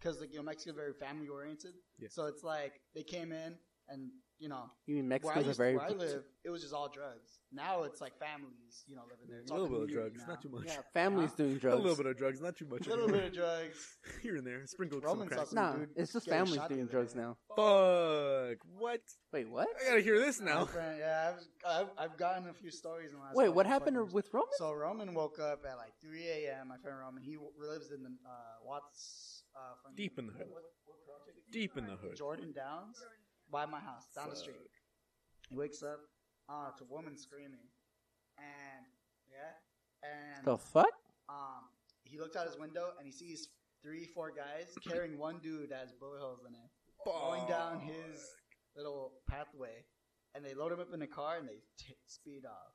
S4: because like you know Mexico's very family oriented.
S2: Yeah.
S4: So it's like they came in and you know
S3: You mean
S4: where I,
S3: Mexicans are
S4: used-
S3: very
S4: where I live, it was just all drugs. Now it's like families, you know, living there. It's
S2: a
S4: all
S2: little bit of
S4: community
S2: drugs,
S4: now.
S2: not too much.
S3: yeah, families doing drugs.
S2: A little bit of drugs, not too much.
S4: A little bit of drugs.
S2: here and there, sprinkled some
S4: Roman
S2: crack.
S4: sauce.
S3: Nah,
S4: dude
S3: it's just
S4: getting
S3: families
S4: shot the
S3: doing
S4: other
S3: drugs
S4: day.
S3: now.
S2: Fuck! What?
S3: Wait, what?
S2: I gotta hear this
S4: My
S2: now.
S4: friend- yeah, I've, I've I've gotten a few stories in the last.
S3: Wait,
S4: couple
S3: what
S4: of
S3: happened
S4: fucking-
S3: with Roman?
S4: So Roman woke up at like 3 a.m. My friend Roman, he w- lives in the uh, Watts. Uh, from
S2: Deep in the hood.
S4: What- what project?
S2: Deep in the hood.
S4: Jordan Downs, by my house, down the street. He wakes up uh, to a woman screaming, and yeah, and
S3: The fuck?
S4: um, he looked out his window and he sees three, four guys carrying one dude that has bullet holes in it
S2: Oh
S4: going down his little pathway, and they load him up in a car and they t- speed off.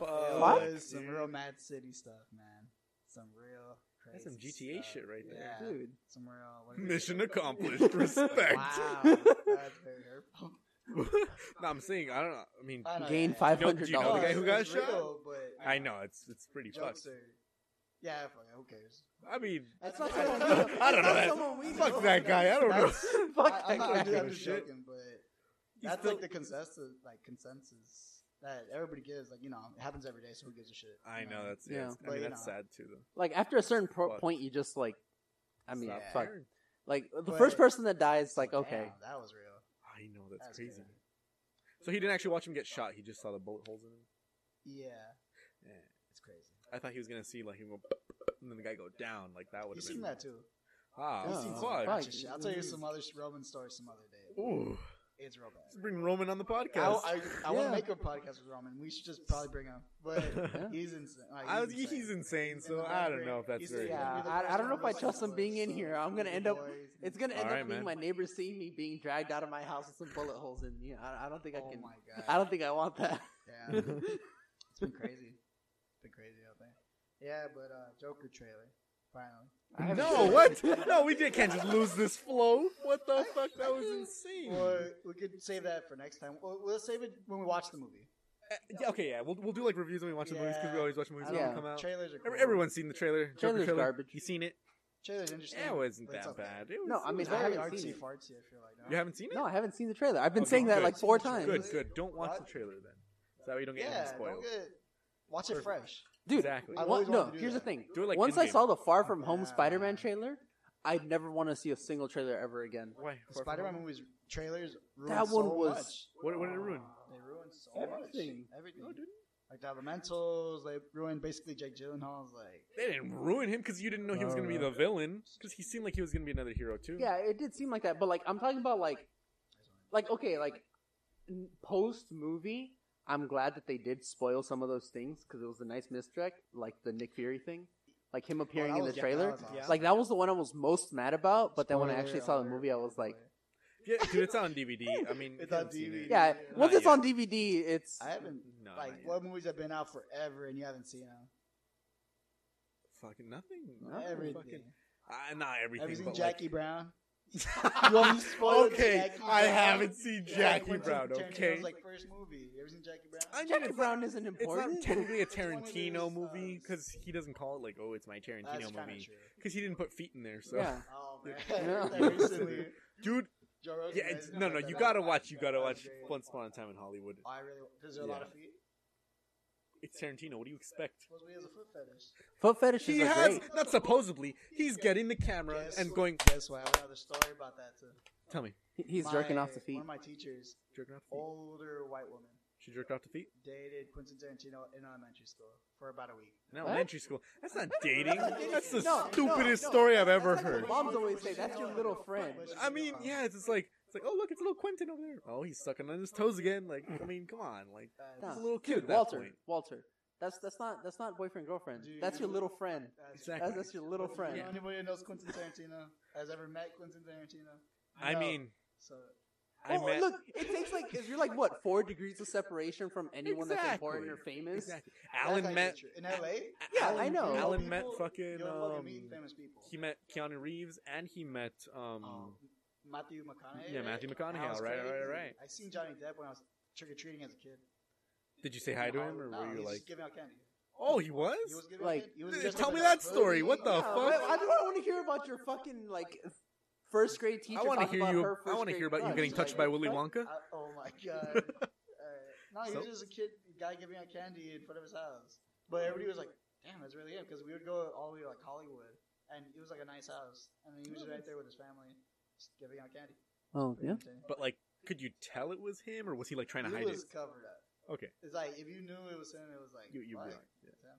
S3: The
S2: Fuck.
S4: It
S3: fuck?
S4: was some
S2: Oh, dude.
S4: real Mad City stuff, man. Some real crazy.
S2: That's some GTA
S4: stuff.
S2: shit right there.
S4: Yeah,
S3: Dude.
S4: some real what is it?
S2: Mission accomplished. Respect.
S4: Wow, that's very hurtful.
S2: no, I'm saying I don't. know. I mean,
S4: I know,
S3: Gain
S4: yeah, yeah.
S3: five
S2: Do you know-
S3: hundred
S2: do you know the
S4: No,
S2: guy
S3: dollars.
S2: who
S4: it's-
S2: got
S4: it's
S2: shot?
S4: real, but
S2: I know it's it's pretty
S4: Jokes
S2: fucked.
S4: are, yeah, fuck, who cares?
S2: I mean,
S4: That's
S3: not
S2: I
S3: someone
S2: don't
S3: we
S2: know. I
S3: know.
S2: don't
S3: That's
S2: know
S3: not
S2: that.
S3: someone we
S2: Fuck
S3: know.
S2: that guy. I don't know.
S4: That's-
S3: fuck
S4: I,
S3: that
S4: am not,
S3: guy.
S4: I'm just,
S2: Give
S4: I'm
S2: a
S4: just
S2: Oh, shit.
S4: joking, but
S2: He's
S4: that's
S2: still-
S4: like the consensus, like consensus that everybody gives. Like you know, it happens every day, so who gives a shit?
S2: I
S4: you
S2: know that's
S3: Yeah.
S2: yeah. it's- I
S4: But,
S2: mean
S4: you
S2: that's
S4: know.
S2: sad too though.
S3: Like after a certain pro-
S2: Fuck.
S3: point, you just like, I mean,
S4: Stop.
S3: fuck.
S2: Aaron.
S3: Like the
S4: But-
S3: first person that dies, like okay,
S4: Damn, that was real.
S2: I know that's,
S4: That's
S2: crazy.
S4: crazy.
S2: So he didn't actually watch him get shot. He just saw the bullet holes in him.
S4: Yeah,
S2: Yeah.
S4: it's crazy.
S2: I thought he was gonna see like him go, and then the guy go down. Like that would.
S4: You
S2: have
S4: seen
S2: been...
S4: that too?
S2: Ah,
S3: Yeah.
S4: seen some
S2: fuck.
S4: bunch of shit. I'll tell you some other Roman stories some other day.
S2: Ooh,
S4: It's real bad.
S2: let's bring Roman on the podcast.
S4: I, I, I want
S3: Yeah.
S4: to make a podcast with Roman. We should just probably bring him. But
S2: Yeah.
S4: he's insane. Like,
S2: I was- he's insane,
S4: He's in
S2: so
S4: the
S2: I don't
S4: background.
S2: know if that's
S4: He's
S2: very
S4: the-
S3: Yeah,
S4: the
S3: I- I
S4: person
S3: don't know if
S4: who
S3: I trust
S4: wrestles
S3: him being in
S4: the-
S3: here. I'm
S4: the
S3: gonna end up-
S4: boys.
S3: It's gonna end
S2: All right,
S3: up being
S2: man.
S3: my neighbors seeing me being dragged out of my house with some bullet holes in me. I, I don't think I
S4: Oh
S3: can.
S4: my god.
S3: I don't think I want that.
S4: Yeah, it's been crazy. It's been crazy out there. Yeah, but uh, Joker trailer finally.
S3: I haven't
S2: no,
S3: seen it.
S2: what? No, we did, can't just lose this flow. What the fuck? That was insane.
S4: Or we could save that for next time. We'll, we'll save it when we watch the movie.
S2: Uh, yeah, okay, yeah, we'll, we'll do like reviews when we watch the movies because we
S4: Yeah.
S2: always watch movies
S4: I
S2: when
S3: don't
S2: they come out.
S4: Trailers are.
S2: Ev-
S4: cool.
S2: Everyone's seen the trailer. Joker
S3: Trailer's
S2: trailer.
S3: garbage.
S2: You seen it?
S4: Trailers interesting.
S2: Yeah, it wasn't
S4: but it's
S2: that
S4: okay.
S2: bad. It was,
S3: No, I
S2: it
S3: mean,
S4: It's
S2: was
S3: I
S4: very
S2: alright.
S3: haven't seen
S4: artsy
S3: it.
S4: fartsy. I feel like. No?
S2: You haven't seen it?
S3: No, I haven't seen the trailer. I've been
S2: Okay,
S3: saying that
S2: good.
S3: like four
S4: Good,
S3: times,
S2: Good, good. Don't watch the
S4: What?
S2: trailer then. So that way you don't get
S4: Yeah.
S2: anything
S4: Don't
S2: spoiled.
S4: get, watch it
S2: Perfect.
S4: fresh.
S3: dude.
S2: Exactly.
S4: I've
S3: one-
S4: always wanted
S3: no,
S4: to do
S3: here's
S4: that.
S3: the thing.
S2: Do it like
S3: Once I
S2: in-game.
S3: saw the Far From Home
S4: Yeah.
S3: Spider-Man trailer, I'd never want to see a single trailer ever again.
S2: Why?
S4: The Spider-Man movies trailers ruined
S3: That one
S4: so
S3: was-
S4: much.
S2: What, what did it ruin?
S4: They ruined so
S3: Everything. Oh,
S4: much. Everything.
S2: No, it Oh, didn't.
S4: Like the Elementals, they ruined basically Jake Gyllenhaal's like.
S2: They didn't ruin him because you didn't know he was
S4: No,
S2: going to be
S4: no.
S2: the villain. Because he seemed like he was going to be another hero too.
S3: Yeah, it did seem like that, but like I'm talking about like, like okay, like post movie. I'm glad that they did spoil some of those things because it was a nice misdirect, like the Nick Fury thing, like him appearing
S4: that
S3: in the
S4: was- yeah,
S3: trailer.
S4: that was awesome.
S3: Like that was the one I was most mad about, but then when I
S4: Spoiler
S3: actually saw the
S4: alert,
S3: movie, I was like,
S2: Yeah, dude, it's on DVD. I mean,
S4: It's
S2: you
S4: on
S2: haven't seen
S4: DVD.
S2: it.
S3: yeah.
S4: Not
S3: Once it's
S2: yet.
S3: on DVD, it's
S4: I haven't.
S2: No,
S4: like
S2: not yet.
S4: what movies have been out forever and you haven't seen them?
S2: Fucking nothing.
S3: No.
S4: everything.
S2: Fucking, uh, not everything.
S4: Have you seen
S2: but
S4: Jackie
S2: like,
S4: Brown? You want me to spoil
S2: okay,
S4: Jackie
S2: I
S4: Brown?
S2: haven't seen
S4: Yeah,
S2: Jackie
S4: Quentin
S2: Brown.
S4: Tarantino's,
S2: Okay,
S4: like first movie. You ever seen Jackie Brown?
S2: I mean,
S3: Jackie
S2: it's-
S3: Brown isn't
S2: It's not
S3: important.
S2: technically a
S4: It's one of
S2: Tarantino
S4: those,
S2: movie
S4: uh,
S2: because he doesn't call it like, oh, it's my
S4: That's
S2: Tarantino
S4: kind of
S2: movie
S4: true.
S2: because he didn't put feet in there. So,
S3: yeah.
S4: Oh man,
S3: Yeah.
S4: That recently,
S2: dude,
S4: Joe Rogan.
S2: yeah,
S4: said
S2: it's,
S4: he's
S2: no,
S4: gonna
S2: no,
S4: let
S2: you
S4: that
S2: gotta
S4: out.
S2: watch, you
S4: That
S2: gotta
S4: was
S2: watch
S4: great. Oh,
S2: Once Upon a Time in Hollywood.
S4: I really because there are a lot
S2: Yeah.
S4: of feet.
S2: It's Tarantino. What do you expect?
S4: Supposedly he has a foot fetish.
S3: Foot fetishes
S2: He
S3: are
S2: has
S3: great.
S2: not supposedly. He's getting the camera
S4: Guess
S2: and
S4: what-
S2: going.
S4: Guess what? I have another story about that too.
S2: Tell me,
S3: He- He's
S4: My-
S3: jerking off the feet.
S4: One of my teachers,
S2: jerking off the
S4: Oh.
S2: feet.
S4: older white woman,
S2: She jerked off the feet.
S4: dated Quentin Tarantino in elementary school for about a week.
S2: In
S3: What?
S2: elementary school. That's not dating. That's the
S3: No, no,
S2: stupidest
S3: no.
S2: story I've ever
S3: like a
S2: heard.
S3: mom- moms always say, "That's your little friend."
S2: I
S4: uh,
S2: mean, yeah, it's just like it's like, oh look, it's little Quentin over there. Oh, he's sucking on his toes again. Like, I mean, come on, like
S4: Uh,
S3: Nah.
S2: it's a little kid. at that
S3: Walter,
S2: point.
S3: Walter. That's that's not that's not boyfriend girlfriend.
S4: Dude.
S3: That's your little friend.
S2: Exactly.
S3: That's, that's your little friend.
S4: You know anybody who knows Quentin Tarantino has ever met Quentin Tarantino?
S2: I
S4: No.
S2: mean,
S4: so
S2: I
S3: oh,
S2: met
S3: look, it takes like if you're like what four degrees of separation from anyone that's important or famous.
S2: exactly.
S4: that's
S2: Alan
S4: actually
S2: met.
S4: true. in L.A.
S3: Yeah,
S2: Alan-
S3: I know.
S2: Alan met
S4: People-
S2: fucking.
S4: You'll fucking meet
S2: Um,
S4: famous people.
S2: he met Keanu Reeves and he met um.
S4: Um, Matthew McConaughey.
S2: Yeah, Matthew McConaughey,
S4: That was
S2: right, right,
S4: crazy.
S2: right.
S4: I seen Johnny Depp when I was trick or treating as a kid.
S2: Did you say hi to him, or
S4: No,
S2: were
S4: he
S2: you
S4: was
S2: like?
S4: just giving out candy.
S2: Oh, he was.
S4: He was giving
S3: Like-
S4: out candy. He was
S2: Dude,
S4: dressed
S2: tell
S4: up
S2: me
S4: in a
S2: that story.
S4: hoodie.
S2: What the
S3: Yeah,
S2: fuck?
S3: but I don't want to hear about your fucking like first grade teacher.
S2: I want to
S3: talking
S2: hear
S3: about
S2: you.
S3: her
S2: I
S3: first
S2: want to
S3: grade
S2: hear about you
S3: crush.
S2: getting touched by Willy Wonka.
S4: I- oh my god. Uh, no, he was
S2: So-
S4: just a kid, guy giving out candy in front of his house. But everybody was like, "Damn, that's really him," because we would go all the way to like Hollywood, and it was like a nice house, and he was right there with his family, just giving out candy.
S3: Oh yeah.
S2: But like, could you tell it was him, or was he like trying to
S4: he
S2: hide
S4: was
S2: it?
S4: covered up.
S2: Okay,
S4: It's like if you knew it was him, it was like Uh,
S2: you you
S4: what?
S2: were like, Uh-uh.
S4: It's him.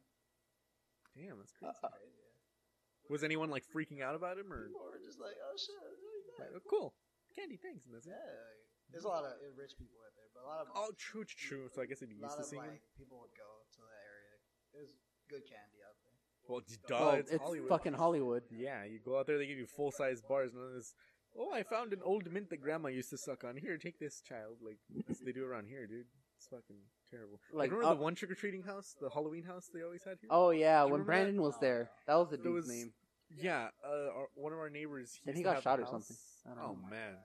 S2: yeah. damn, that's crazy.
S4: It's crazy.
S2: was anyone like freaking out about him, or
S4: People were just like, "Oh shit, look
S2: like,
S4: at that."
S2: oh, cool candy? Thanks, and that's it.
S4: Yeah, like, there's a lot of rich people out there, but a lot of
S2: Oh, true, it's true. So I guess it'd be
S4: a
S2: used
S4: lot
S2: to
S4: of
S2: singing.
S4: like people would go to that area. There's good candy out there.
S2: well, d- duh,
S3: Well,
S2: it's,
S3: it's
S2: Hollywood.
S3: fucking Hollywood.
S2: Yeah, you go out there, they give you full size bars, none of this. Oh, I found an old mint that grandma used to suck on. Here, take this, child. Like that's what they do around here, dude. It's fucking terrible. Like,
S3: Like,
S2: remember
S3: uh,
S2: the one trick or treating house, the Halloween house they always had here.
S3: Oh yeah,
S2: you
S3: when
S2: remember that?
S3: Brandon was there, that was the
S2: There
S3: dude's
S2: was-
S3: name.
S2: Yeah, uh, our, one of our neighbors.
S3: And
S2: used to
S3: he got
S2: have a
S3: shot or
S2: house.
S3: something. I don't
S2: Oh
S3: know.
S2: man.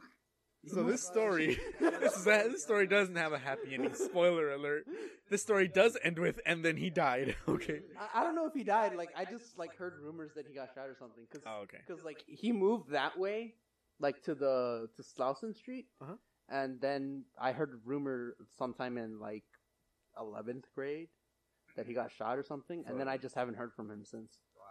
S4: Oh
S2: So
S4: my
S2: this
S4: gosh.
S2: story, this is that this story doesn't have a happy ending. Spoiler alert. This story does end with, and then he died. Okay.
S3: I, I don't know if he died. Like I just like heard rumors that he got shot or something. Cause
S2: Oh, okay.
S3: because like he moved that way, like to the to Slauson Street,
S2: Uh-huh.
S3: and then I heard rumor sometime in like eleventh grade that he got shot or something, and then I just haven't heard from him since.
S4: Wow.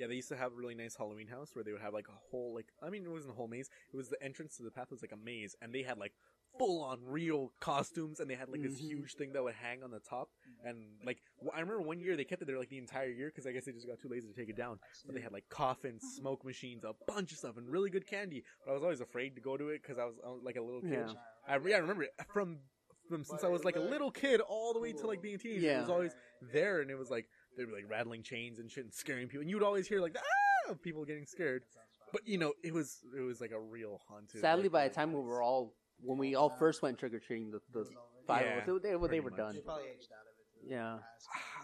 S2: Yeah, they used to have a really nice Halloween house where they would have like a whole like I mean it wasn't a whole maze. It was the entrance to the path was like a maze and they had like full on real costumes and they had like this
S3: Mhm.
S2: huge thing that would hang on the top And like wh- I remember one year they kept it there like the entire year because I guess they just got too lazy to take it down. But they had like coffins,
S3: Uh-huh.
S2: smoke machines, a bunch of stuff, and really good candy. But I was always afraid to go to it because I was uh, like a little kid.
S3: Yeah.
S2: I, yeah, I remember it from from since I was like a little kid all the way to like being a teenager. It was
S3: Yeah.
S2: always there, and it was like they'd be like rattling chains and shit and scaring people, and you'd always hear like ah of people getting scared. But you know, it was it was like a real haunted.
S3: Sadly,
S2: like,
S3: by the
S2: little
S3: time we
S2: place.
S3: were all when we all first went trick or treating, the, the five
S2: Yeah,
S3: of us, they, they,
S2: pretty
S3: were
S2: much.
S4: They
S3: done.
S4: probably aged out of it.
S3: Yeah.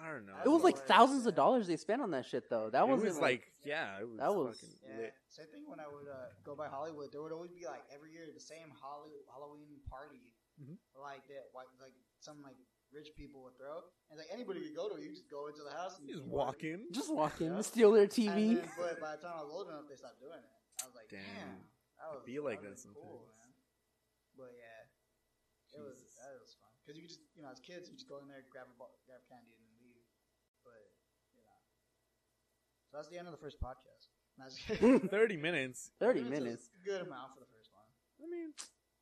S2: I don't know.
S3: It was like thousands of dollars they spent on that shit, though. That
S2: it was
S3: wasn't
S2: like yeah, it was
S3: That was-
S2: fucking
S4: Yeah.
S2: lit.
S4: Same thing when I would uh, go by Hollywood, there would always be like every year the same Holly- Halloween party,
S2: Mhm.
S4: like that, like, like some like rich people would throw, and like anybody could go to. it. You just go into the house and
S2: You just walk in.
S3: just walk in,
S4: Yeah.
S3: steal their
S4: And
S3: TV.
S4: then, but by the time I was old enough, they stopped doing it. I was like, damn,
S2: Damn.
S4: that was
S2: be like
S4: was
S2: that
S4: Cool,
S2: sometimes.
S4: man. But yeah, it was
S2: Jesus.
S4: that was fun because you could just you know as kids you just go in there grab a ball, grab candy and leave. But you know, so that's the end of the first podcast. No, I'm just kidding.
S2: Thirty minutes.
S3: Thirty
S4: It's a
S3: minutes.
S4: good amount for the first one.
S2: I mean,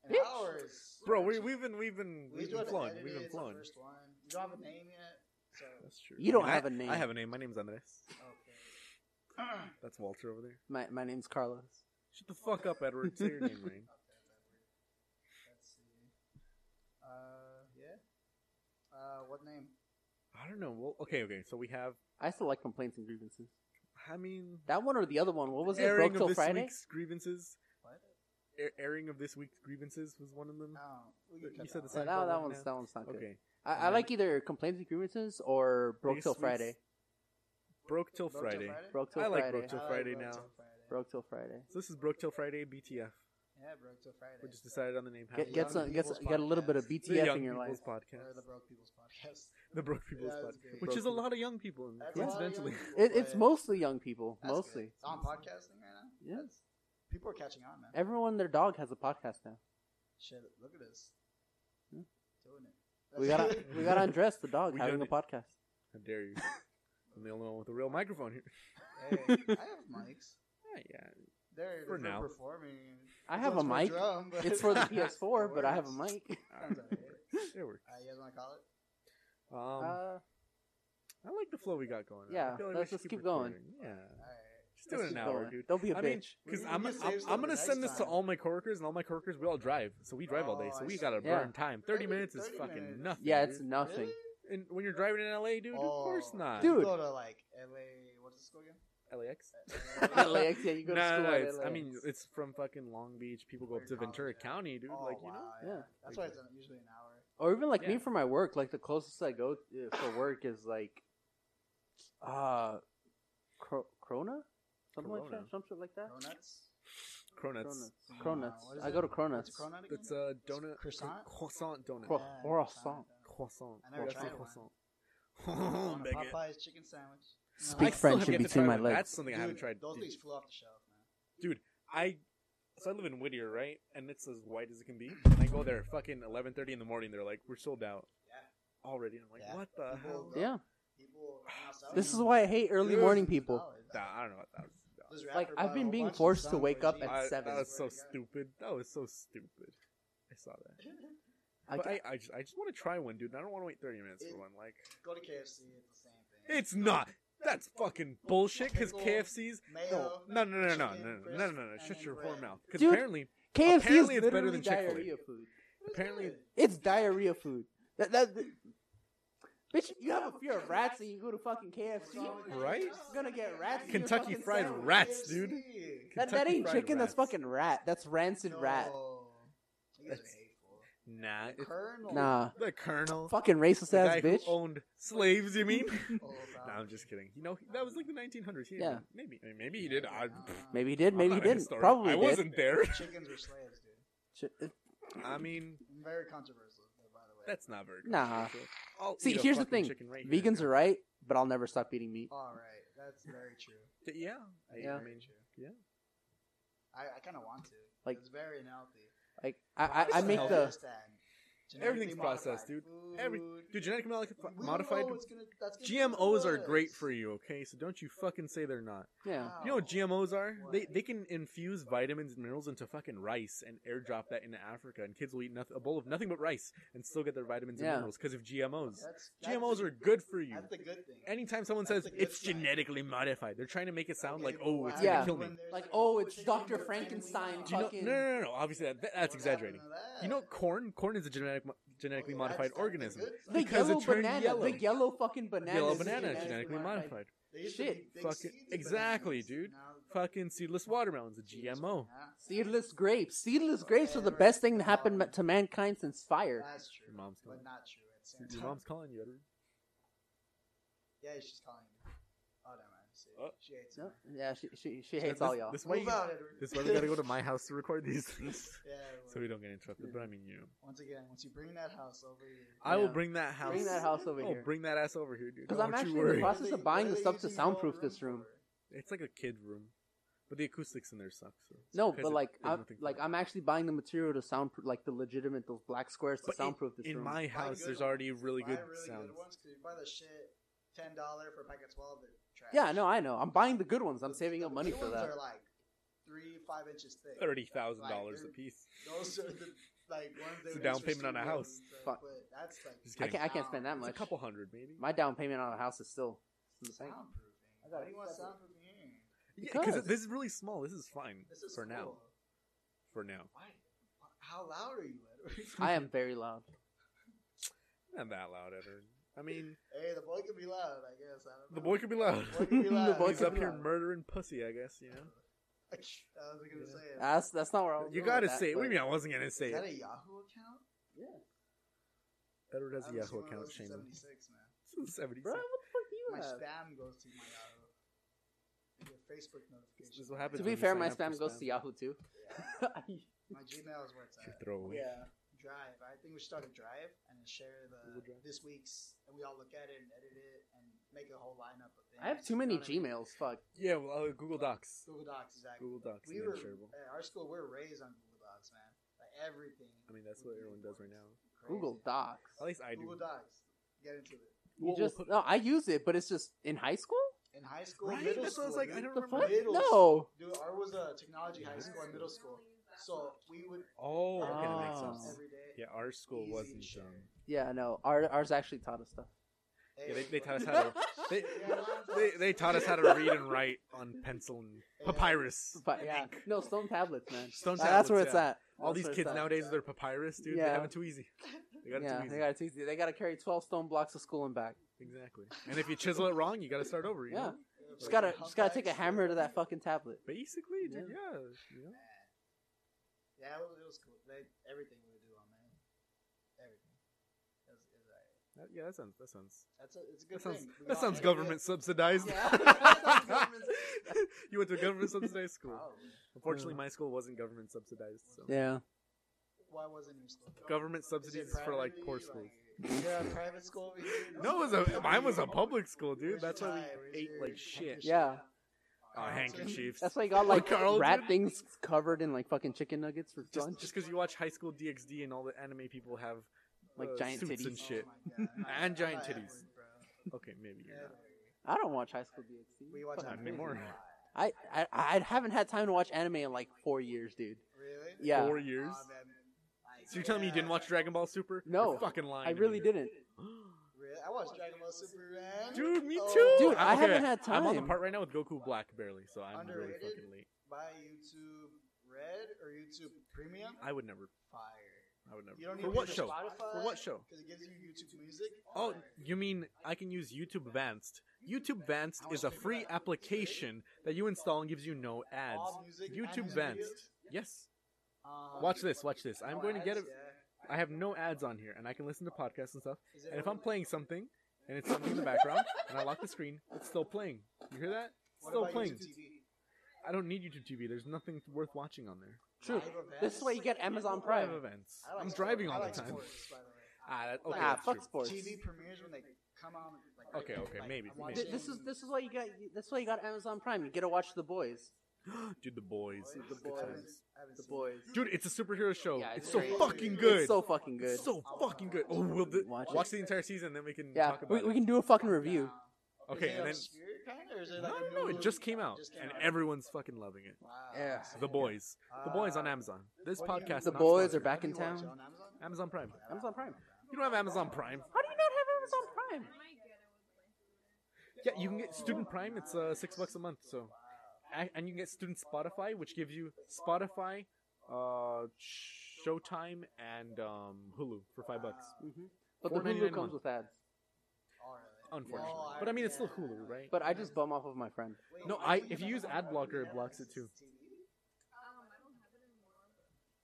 S4: An
S3: Bitch.
S4: hour is
S2: bro, we, we've been we've been
S4: We
S2: we've
S4: do
S2: been
S4: it
S2: flowing.
S4: edited,
S2: We've been
S4: it's the
S2: flowing.
S4: First one. You don't have a name yet, so
S2: That's true.
S3: You don't
S2: I mean, I-
S3: have a name.
S2: I have a name. My name's Andres.
S4: okay.
S2: That's Walter over there.
S3: My my name's Carlos.
S2: Shut the fuck up, Edward. Say your name, Ryan.
S4: Okay, Edward. Let's see. Uh, yeah. Uh, what name?
S2: I don't know. Well, okay, okay. So we have.
S3: I still like complaints and grievances.
S2: I mean,
S3: That one or the other one? What was it?
S2: airing
S3: Broke
S2: of
S3: till
S2: this
S3: Friday.
S2: week's grievances.
S4: What?
S2: Air- airing of this week's grievances was one of them.
S4: Oh, we
S2: You
S4: can cut
S2: said the
S3: No,
S2: same-
S4: out.
S3: that,
S2: Seinfeld
S3: that
S2: one,
S3: one's
S2: yeah.
S3: that one's not good.
S2: Okay.
S3: I, I
S2: Um,
S3: like either complaints and grievances or broke
S2: This
S3: till
S2: week's-
S3: Friday.
S2: Broke till
S4: Broke till
S2: Friday.
S3: Broke till
S2: I like
S3: Friday.
S2: Broke till
S4: I like
S2: Friday
S4: Broke
S2: now.
S4: Till Friday.
S3: Broke till Friday.
S2: So this is Broke till Friday. BTF.
S4: Yeah, broke till Friday.
S2: We just decided on the name.
S3: Get,
S2: halfway
S3: get
S4: Young
S2: through.
S3: some, get some,
S4: People's
S3: get a little bit of
S4: Podcast.
S2: the
S3: BTF
S2: Young
S3: in your life.
S2: People's Podcast.
S4: Or the broke people's podcast.
S2: The Broke People's
S4: That was
S2: Podcast,
S4: great.
S2: which is a lot of young people,
S4: That's a lot of young
S2: coincidentally.
S4: people,
S3: It, it's
S4: but
S3: mostly young people,
S4: that's good.
S3: mostly.
S4: It's on podcasting right now.
S3: Yes.
S4: People are catching on, man.
S3: Everyone, and their dog has a podcast now.
S4: Shit, look at us.
S3: Hmm.
S4: Doing it.
S3: We got
S4: That's-
S3: we got Andres, the dog,
S2: We e-
S3: having
S2: done it.
S3: a podcast.
S2: How dare you? I'm the only one with a real microphone here.
S4: hey, I have mics.
S2: Yeah, yeah.
S4: They're,
S2: For
S4: they're
S2: now.
S4: performing.
S3: I have a
S4: It's for
S3: mic.
S4: drum, but-
S3: It's for the
S4: It
S3: PS4, but I have a
S4: works.
S3: mic.
S2: ah,
S4: Sounds alright.
S2: It worked.
S4: Uh, you guys want to call it?
S2: Um,
S3: Uh,
S2: I like the flow we got going. on. I
S3: yeah,
S2: feel like we
S3: let's
S2: should
S3: just keep going.
S2: recording. Yeah.
S4: All right.
S2: Just do
S3: let's
S2: it an
S3: keep
S2: hour,
S3: going.
S2: dude.
S3: Don't be a
S2: I
S3: bitch.
S2: mean, because
S4: We
S2: I'm,
S4: can save
S2: I'm,
S4: stuff
S2: I'm
S4: for
S2: gonna
S4: next
S2: send this to
S4: time.
S2: all my coworkers, and all my coworkers we all drive, so we drive all day,
S4: Oh, I
S2: so we
S4: see.
S2: gotta
S3: Yeah.
S2: burn time. Thirty
S4: Thirty-
S2: minutes is
S4: 30
S2: fucking
S4: minutes.
S2: nothing.
S3: yeah, it's
S2: dude.
S3: nothing.
S4: Really?
S2: and when you're driving in LA, dude, of course
S4: Oh,
S2: not,
S4: you
S3: Dude.
S4: Go to like LA. What's the school again?
S2: LAX.
S4: LAX.
S3: LAX, yeah, you go
S2: No, no,
S3: to school
S2: no,
S3: at
S2: it's, I
S3: LAX.
S2: mean, it's from fucking Long Beach. People go up to
S4: Weird college,
S2: Ventura
S4: yeah.
S2: County, dude.
S4: Oh,
S2: like you know,
S4: wow,
S3: Yeah.
S4: That's why it's an- usually an hour.
S3: or even like me
S2: yeah.
S3: for my work. Like the closest I go uh, for work is like, uh, Cro- Crona, something like
S2: Corona. uh,
S3: that, some shit like that.
S4: Donuts.
S2: Cronuts.
S3: Cronuts.
S4: what is
S3: I
S4: it?
S3: go to
S4: What's
S3: Cronuts.
S4: a cronut again?
S2: It's a donut
S4: Croissant?
S2: croissant donut.
S3: Cro-
S4: Yeah,
S3: croissant.
S2: Croissant.
S4: I never
S2: That's
S4: tried one.
S2: a croissant.
S4: On a
S2: Beckett.
S4: Popeye's chicken sandwich. No,
S3: Speak
S2: I still
S3: French
S2: have
S3: in
S2: yet to
S3: between
S2: try
S3: my
S2: one.
S3: legs.
S2: That's something I haven't
S4: Dude,
S2: tried.
S4: Those
S2: Dude,
S4: things flew off the shelf, man.
S2: I so I live in Whittier, right? And it's as white as it can be. And I go there fucking eleven thirty in the morning. They're like, we're sold out
S4: Yeah.
S2: already. And I'm like,
S4: Yeah.
S2: what the hell?
S4: People-
S3: Yeah,
S4: People.
S3: this is why I hate early morning people.
S2: Nah, I don't know what that was.
S3: Like, I've been being forced to wake up at
S2: I-
S3: seven.
S2: That was so stupid. That was so stupid. I saw that.
S3: I,
S2: but
S3: ca-
S2: I, I just, I just want to try one, dude. And I don't want to wait thirty minutes
S4: It-
S2: for one. Like,
S4: Go to KFC. It's the same thing.
S2: it's not. That's fucking bullshit. Because
S4: Pickle,
S2: KFC's
S4: mayo.
S2: no, no, no, no, no, no,
S4: chicken,
S2: no,
S4: crisp,
S2: no, no, no.
S4: and
S2: Shut your
S4: bread.
S2: whore mouth. Because
S3: Dude,
S2: apparently,
S3: KFC is
S2: apparently
S3: literally
S2: it's better than Chick-fil-A.
S3: diarrhea food.
S4: What is
S2: apparently-
S4: that?
S3: It's diarrhea food. That, that, that- bitch, you have a fear of rats and you go to fucking KFC. You're
S2: Right?
S3: gonna get rats. in your
S2: Kentucky
S3: fucking
S2: Fried
S3: sandwich.
S2: Rats, dude.
S4: KFC.
S3: That, that
S2: Kentucky
S3: ain't
S2: Fried
S3: chicken. That's
S2: Rats.
S3: fucking rat. That's rancid rat.
S4: No. You guys are
S2: That's-
S4: hateful.
S2: nah. It's
S4: Colonel.
S3: Nah,
S2: the Colonel.
S3: fucking racist
S2: The
S3: ass
S2: guy
S3: bitch.
S2: who owned slaves, you mean?
S4: Oh,
S2: no,
S4: God.
S2: I'm just kidding. You know, he- that was like the 1900s. He
S3: Yeah.
S2: didn't- Maybe. I mean, maybe he did.
S4: Nah,
S2: I,
S4: nah.
S3: Maybe he did.
S2: I'm
S3: Maybe
S2: not
S3: he
S2: a
S3: didn't.
S2: historian.
S3: Probably
S2: I
S3: did.
S2: wasn't there.
S4: Chickens were slaves, dude.
S3: Ch-
S2: I mean,
S4: Very controversial, though, by the way.
S2: that's not very good.
S3: Nah.
S2: I'll
S3: See,
S2: eat a
S3: here's the
S2: fucking
S3: thing.
S2: chicken right here.
S3: Vegans are right, but I'll never stop eating meat.
S4: all right. That's very true.
S2: Yeah.
S4: That's
S3: Yeah.
S2: I mean,
S4: very true.
S2: yeah.
S4: I, I kind of want to.
S3: Like-
S4: it's very unhealthy.
S3: Like I, I, I
S4: It's
S3: make
S4: unhealthy
S3: the
S4: to stand. Genetically
S2: Everything's
S4: modified
S2: processed, dude.
S4: food.
S2: Every- Dude, genetically modifi-
S4: We
S2: modified
S4: know it's gonna- that's gonna
S2: GMOs are
S4: kill
S2: great
S4: us.
S2: for you, okay? So don't you fucking say they're not.
S3: Yeah.
S2: You know what GMOs are?
S4: What?
S2: They they can infuse vitamins and minerals into fucking rice and airdrop that into Africa, and kids will eat noth- a bowl of nothing but rice and still get their vitamins and
S3: Yeah.
S2: minerals because of GMOs.
S4: That's- that's
S2: GMOs
S4: the-
S2: are good for you.
S4: That's the good thing.
S2: Anytime someone
S4: that's
S2: says
S4: the good
S2: it's
S4: side.
S2: genetically modified, they're trying to make it sound
S4: Okay,
S2: like,
S4: but
S2: oh,
S4: what
S2: it's
S3: Yeah.
S2: gonna
S4: happens
S2: kill me.
S4: when there's
S3: Like,
S4: a
S3: oh, it's
S4: competition
S3: Dr.
S4: between
S3: Frankenstein.
S4: animals?
S2: Do you know?
S3: fucking-
S2: No, no, no, no. Obviously, that, that- that's
S4: What
S2: exaggerating.
S4: happened to that?
S2: You know, corn. Corn is a genetic, mo-
S4: Oh,
S2: genetically
S4: that's
S2: modified
S4: not the
S2: organism.
S4: good side.
S3: The
S2: Because it
S3: yellow
S2: turned
S3: banana,
S2: yellow.
S3: the yellow fucking banana,
S2: Yellow
S3: is
S2: banana is
S4: genetically
S2: genetically
S4: modified.
S2: modified.
S4: They used to
S3: Shit.
S4: be big
S2: Fucking-
S4: seeded
S2: exactly,
S4: bananas.
S2: dude.
S4: Now they're
S2: Fucking seedless watermelons, a
S4: seedless
S2: GMO.
S4: banana.
S3: Seedless grapes. Seedless grapes are the best thing to happen to mankind since fire.
S4: That's true,
S2: Your mom's calling.
S4: but not true at the same
S2: Your
S4: time.
S2: mom's calling you, Edward.
S4: Yeah, she's calling. me. Oh, never mind. See,
S2: Oh.
S4: She hates
S3: No,
S4: me.
S3: yeah, she she, she
S2: This-
S3: hates all y'all.
S2: This why,
S4: Move
S2: you,
S4: out, Edward.
S2: this why we gotta go to my house to record these things.
S4: yeah,
S2: so we don't get interrupted. But I mean, you. know.
S4: Once again, once you bring that house over here,
S2: I will
S3: Yeah.
S2: bring that house.
S3: Bring that house over
S2: Oh,
S3: here.
S2: bring that ass over here, dude.
S3: 'Cause
S2: Don't
S3: I'm
S2: you
S3: actually in the
S2: worry.
S3: process of buying the stuff to soundproof this room.
S2: It's like a kid room, but the acoustics in there suck. So it's
S3: No,
S2: because
S3: but
S2: it-
S3: like
S2: there's
S3: I'm
S2: nothing for
S3: like
S2: it.
S3: I'm actually buying the material to soundproof, like the legitimate those black squares to
S2: But in-
S3: soundproof this
S2: in
S3: room.
S2: my house. There's already really good sounds.
S4: you buy the shit ten dollar for a pack of twelve. They're trash.
S3: yeah, no, I know. I'm buying the good ones. I'm
S4: The-
S3: saving
S4: the
S3: up money
S4: blue
S3: for
S4: ones
S3: that.
S4: Are like three five inches thick.
S2: Thirty thousand dollars a
S4: Like,
S2: piece.
S4: Those are the like ones that
S2: It's a
S4: we
S2: down
S4: use for
S2: payment on a
S4: studio
S2: house.
S4: rooms, right?
S3: Fuck.
S4: But that's like
S2: Just
S3: I
S2: kidding.
S3: can't. I can't spend that
S4: It's
S2: It's a
S3: much.
S2: couple hundred, maybe.
S3: My down payment on a house is still. in the bank.
S4: soundproofing.
S3: I got
S4: Why do you want
S3: accepted.
S4: soundproofing here?
S2: Because
S3: Because-
S2: this is really small. This is fine
S4: This is
S2: for now.
S4: cool.
S2: For now,
S4: Why? How loud are you, Edward?
S3: I am very loud.
S2: not that loud, Edward. I mean,
S4: hey, the boy can be loud, I guess. I don't know.
S2: the boy could be loud.
S4: The boy could be loud.
S2: the boy's
S4: He's
S2: up here
S4: loud.
S2: murdering pussy. I guess you know.
S4: I was gonna
S2: Yeah.
S4: say. it.
S3: That's that's not where I was.
S2: You
S3: going with
S2: gotta
S3: that,
S2: say. it. What do
S3: but-
S2: you mean? I wasn't gonna
S4: Is
S2: say.
S4: that
S2: It.
S4: a Yahoo account?
S2: Edward has
S4: I haven't seen
S2: a Yahoo
S4: one of
S2: account.
S4: those in
S2: Shame.
S4: 76, man.
S2: Seventy.
S3: Bro, what
S4: My
S3: the fuck do you have?
S4: spam goes to my Yahoo. I get Facebook notifications.
S2: This is what happens
S3: To
S2: when
S3: be
S2: you
S3: fair,
S2: sign
S3: my
S2: up for
S3: spam goes to Yahoo too.
S4: My Gmail is where it's at.
S2: Should throw away.
S4: Yeah. Drive. I think we should start a drive and then share the
S2: Google Drive.
S4: this week's, and we all look at it and edit it and make a whole lineup of things.
S3: I have too many
S4: You know what I mean?
S3: Gmails. Fuck.
S2: Yeah, well, uh, Google Docs.
S4: Google Docs, exactly.
S2: Google Docs.
S4: we
S2: and
S4: were
S2: then shareable.
S4: at our school. We were raised on Google Docs, man. Like everything.
S2: I mean, that's what everyone does right now.
S4: Crazy.
S3: Google Docs.
S2: At least I do.
S4: Google Docs. Get into it.
S3: You
S2: We'll- we'll
S3: just
S2: put-
S3: no. I use it, but it's just in high school.
S4: In high school,
S2: right?
S4: middle
S2: That's what
S4: school.
S2: I was like. I
S4: dude.
S2: don't
S3: The
S2: remember.
S3: fuck?
S4: Middle
S3: No.
S4: Dude, ours was a technology high school and middle school. So we would
S2: Oh, okay, that makes
S3: Oh.
S2: sense.
S4: every day.
S2: Yeah, our school
S4: Easy
S2: wasn't.
S4: share.
S2: Um,
S3: Yeah, no. Our, ours actually taught us stuff.
S2: yeah, they,
S4: Hey,
S2: they taught
S4: look.
S2: us how to. They, they, they taught us how to read and write on pencil and papyrus.
S3: But yeah, no stone tablets, man.
S2: Stone
S3: That- that's where
S2: tablets,
S3: it's
S2: yeah.
S3: at.
S2: All
S3: That's
S2: these
S3: where it's
S2: kids
S3: at.
S2: nowadays with their papyrus, dude, they
S3: Yeah.
S2: have it too easy. They got it
S3: yeah,
S2: too easy.
S3: they got it too easy. They got to carry twelve stone blocks to school and back.
S2: Exactly. And if you chisel it wrong, you got to start over. You
S3: Yeah.
S2: Know?
S3: Just gotta, just gotta take a hammer to that fucking tablet.
S2: Basically, dude.
S3: Yeah.
S2: Yeah. you know?
S4: Yeah, it was, it was cool. They, everything we would do on man. Everything. It was, it was alright.
S2: That- yeah. That sounds. That sounds.
S4: That's a, it's a good
S2: That sounds.
S4: thing. We
S2: That
S4: all
S2: sounds
S4: did it.
S2: government subsidized.
S4: Yeah, that sounds government subsidized.
S2: you went to a government subsidized school.
S4: Probably.
S2: Unfortunately, my school wasn't government subsidized. So.
S3: Yeah,
S4: Why wasn't your school?
S2: Government
S4: Is it
S2: subsidies for like
S4: privately,
S2: poor schools.
S4: like- Is there a private school? over here?
S2: No, it was a, mine was a
S4: Where's
S2: public school,
S4: your
S2: dude. That's why
S4: tie? Where's
S2: we ate
S4: your
S2: like shit.
S4: handkerchief?
S3: Yeah.
S2: Oh, handkerchiefs.
S3: that's why you got like
S2: Carl,
S3: rat
S2: dude.
S3: things covered in like fucking chicken nuggets for
S2: Just
S3: lunch.
S2: just because you watch High School DxD and all the anime people have
S3: Like
S2: uh,
S3: giant
S2: suits
S3: titties.
S2: and shit.
S4: Oh my God.
S2: And giant
S4: Not
S2: titties.
S4: Edward, bro.
S2: Okay, maybe you're not.
S3: I don't watch High School DxD.
S4: We watch
S3: Fuck,
S2: Not
S4: anime.
S2: anymore.
S3: I, I, I haven't had time to watch anime in like four years, dude.
S4: Really?
S3: Yeah.
S2: Four years?
S4: Aw, man. Like,
S2: So you're telling me you didn't
S4: yeah.
S2: watch Dragon Ball Super?
S3: No,
S2: You're fucking lying.
S3: I
S2: to
S3: really
S2: me.
S3: didn't.
S4: Really? I watched Dragon Ball Super, man.
S2: Dude, me
S4: Oh,
S2: too.
S3: Dude, I
S2: I'm-
S3: haven't had
S2: I'm on the
S3: time.
S2: part right now with Goku Black barely, so I'm
S4: Underrated?
S2: really fucking late.
S4: Buy YouTube Red or YouTube Premium?
S2: I would never.
S4: Fire.
S2: I would never.
S4: You don't need
S2: For what show?
S4: Spotify
S2: For what show?
S4: Because it gives you YouTube Music.
S2: Oh,
S4: Fire.
S2: you mean I can use YouTube Advanced? YouTube Advanced is a free application that you install and gives you no ads.
S4: All music,
S2: YouTube
S4: and
S2: Advanced.
S4: videos.
S2: Yes.
S4: Um,
S2: Watch this, watch this. I'm
S4: no
S2: going to get
S4: ads,
S2: a-
S4: yeah.
S2: I have no ads on here, and I can listen to podcasts and stuff.
S4: Is it
S2: And if
S4: on-
S2: I'm playing something, and it's something in the background, and I lock the screen, it's still playing. You hear that? It's
S4: what
S2: still
S4: about
S2: playing.
S4: YouTube TV?
S2: I don't need YouTube TV. There's nothing worth watching on there.
S3: True.
S4: Live events?
S3: This is why you get Amazon
S2: I have
S3: Prime.
S2: events.
S4: I like
S2: I'm driving
S4: sports.
S2: all
S4: I like
S2: the time.
S4: sports, by the way.
S2: Ah, that, okay,
S3: Nah,
S2: that's
S3: fuck
S2: true.
S3: sports.
S4: TV premieres when they come on. Like,
S2: Okay, okay, maybe,
S4: I'm
S2: maybe.
S3: Th- this
S4: watching-
S3: is this is why you got that's why you got Amazon Prime. You get to watch The Boys.
S2: Dude, the boys.
S3: The
S2: Good
S3: boys.
S2: times.
S3: The boys.
S2: Dude, it's a superhero show.
S3: Yeah,
S2: it's,
S3: it's
S2: so
S3: great.
S2: fucking good.
S3: It's so fucking good.
S2: It's so fucking good. Oh, we'll do- watch,
S3: Watch it.
S2: the entire season, then we can
S3: yeah,
S2: talk about
S3: we,
S2: it.
S3: we can do a fucking review.
S2: Okay, and then no, no, no, it just came out, and everyone's fucking loving it.
S3: Yeah.
S2: The boys, the boys
S4: Uh,
S2: on Amazon. This podcast.
S3: The
S2: not
S3: boys are
S2: sponsored.
S3: back in town.
S2: Amazon Prime.
S3: Amazon Prime.
S2: You don't have Amazon Prime.
S3: How do you not have Amazon Prime?
S2: Yeah, you
S4: Oh,
S2: can get Student Prime. It's uh, six bucks a month. So, A- and you can get Student Spotify, which gives you Spotify, uh, Showtime, and um, Hulu for five bucks.
S3: hmm But the
S2: $4.99
S3: Hulu
S2: a
S3: comes
S2: month.
S3: with ads.
S2: Unfortunately, but I mean it's still Hulu, right?
S3: But I just bum off of my friend.
S2: no, I if you use ad blocker, it blocks it too.
S1: Um, I don't have it anymore.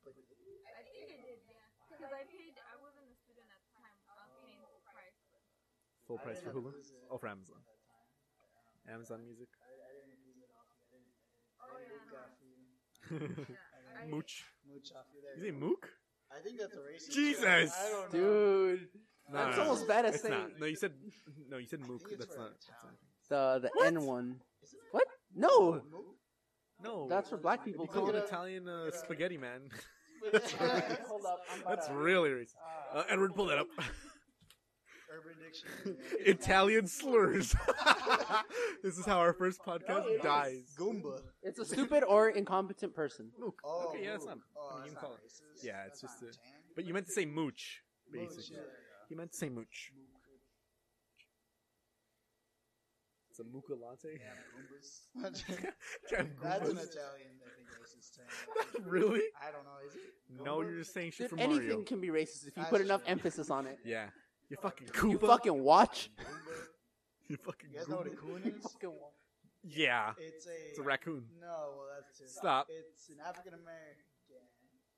S1: I think I did, yeah. Because I paid, I wasn't a student at the time. I was paying full price.
S2: Full price for Hulu. Oh, for Amazon. Amazon Music.
S1: Oh, yeah. no. I-
S2: Mooch.
S4: Mooch off you there.
S2: You say Mook?
S4: I think that's a racist.
S2: Jesus!
S4: term. I don't know.
S3: Dude, that's
S4: no,
S3: almost
S4: no.
S3: bad as
S2: It's
S3: saying
S2: not. No, you said no. You said
S4: I think
S2: Mook.
S4: it's
S2: That's
S4: for
S2: not.
S4: a
S2: That's not.
S4: town.
S3: the the
S2: What?
S3: N one.
S4: Isn't it?
S3: What? No,
S4: Mook?
S2: No,
S3: that's for black people.
S2: you
S4: Look
S2: call it
S4: it
S3: too.
S4: up.
S2: Italian uh, spaghetti, man.
S3: Hold up, I'm about
S2: That's
S3: to-
S2: really racist. Uh, Edward, pull that up.
S4: Urban Dictionary.
S2: Italian slurs. this is how our first
S3: No, it
S2: podcast
S3: is.
S2: dies.
S4: Goomba.
S3: It's a stupid or incompetent person.
S2: Mook.
S4: Oh,
S2: okay, yeah, it's not.
S4: Mook. Oh,
S2: I mean,
S4: that's
S2: you can
S4: not
S2: call it.
S4: racist.
S2: Yeah,
S4: That's
S2: it's just
S4: not
S2: a-
S4: tan.
S2: But you meant to say mooch,
S4: Mooch,
S2: basically.
S4: yeah,
S2: You meant to say mooch. It's a mooka latte.
S4: yeah. Yeah, Goombas. That's an
S2: Goombas.
S4: Italian, I think, racist term.
S2: really?
S4: I don't know, is it?
S2: No,
S4: Goombas?
S2: you're just saying shit
S3: Dude,
S2: from
S3: anything
S2: Mario.
S3: can be racist if you
S4: That's
S3: put enough
S4: true.
S3: emphasis on it.
S2: Yeah. You fucking
S3: You
S2: Koopa.
S3: fucking watch.
S4: Goomba.
S2: You fucking
S4: You guys know what a
S2: Goomba.
S4: coon
S3: You
S4: is?
S3: fucking watch.
S2: Yeah.
S4: It's a.
S2: It's a raccoon.
S4: No, well, that's too.
S2: Stop.
S4: It's an African American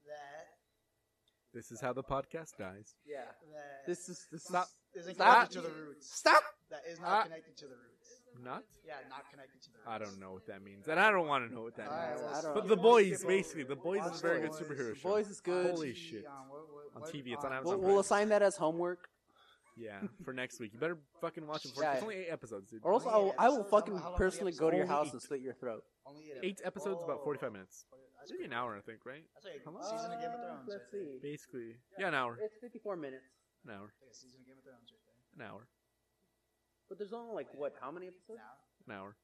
S4: that
S2: This is how the podcast dies.
S3: Yeah.
S4: that
S3: This is this
S2: Stop.
S3: is
S4: isn't
S3: Stop.
S4: connected to the roots.
S3: stop.
S4: That is not
S2: Ah.
S4: connected to the roots.
S2: Not?
S4: Yeah, not connected to the roots.
S2: I don't know what that means. And I don't want to know what that
S4: Alright,
S2: means.
S4: well,
S3: I don't-
S2: But
S3: know.
S2: The
S4: skip
S2: Boys,
S4: over.
S2: basically. The Boys
S4: Watch
S2: is a very good
S4: Boys.
S2: superhero
S3: The
S2: show.
S3: Boys is good.
S2: Holy shit.
S4: On, what- what-
S2: On
S4: what- uh,
S2: TV, it's on Amazon
S3: We'll,
S2: Prime.
S3: we'll assign that as homework.
S2: Yeah, for next week. You better fucking watch it. For,
S3: Yeah.
S2: It's only eight episodes, dude.
S3: Or else
S4: Yeah,
S3: I'll, I will
S4: episodes, how
S3: fucking
S4: long- how long are the
S3: personally go to your
S2: episodes?
S3: house and slit your throat.
S4: Only it-
S2: Eight episodes, about
S4: Oh.
S2: 45 minutes.
S4: That's
S2: Maybe an
S4: pretty-
S2: hour, I think, right?
S4: That's like
S2: How
S4: a
S2: long?
S4: season of Game of Thrones.
S3: Let's
S4: right there.
S3: see.
S2: Basically. Yeah, an hour.
S3: It's 54 minutes.
S2: An hour.
S4: Like a season of Game of Thrones right there.
S2: An hour.
S3: But there's only like, what, how many episodes?
S4: Now,
S2: An hour.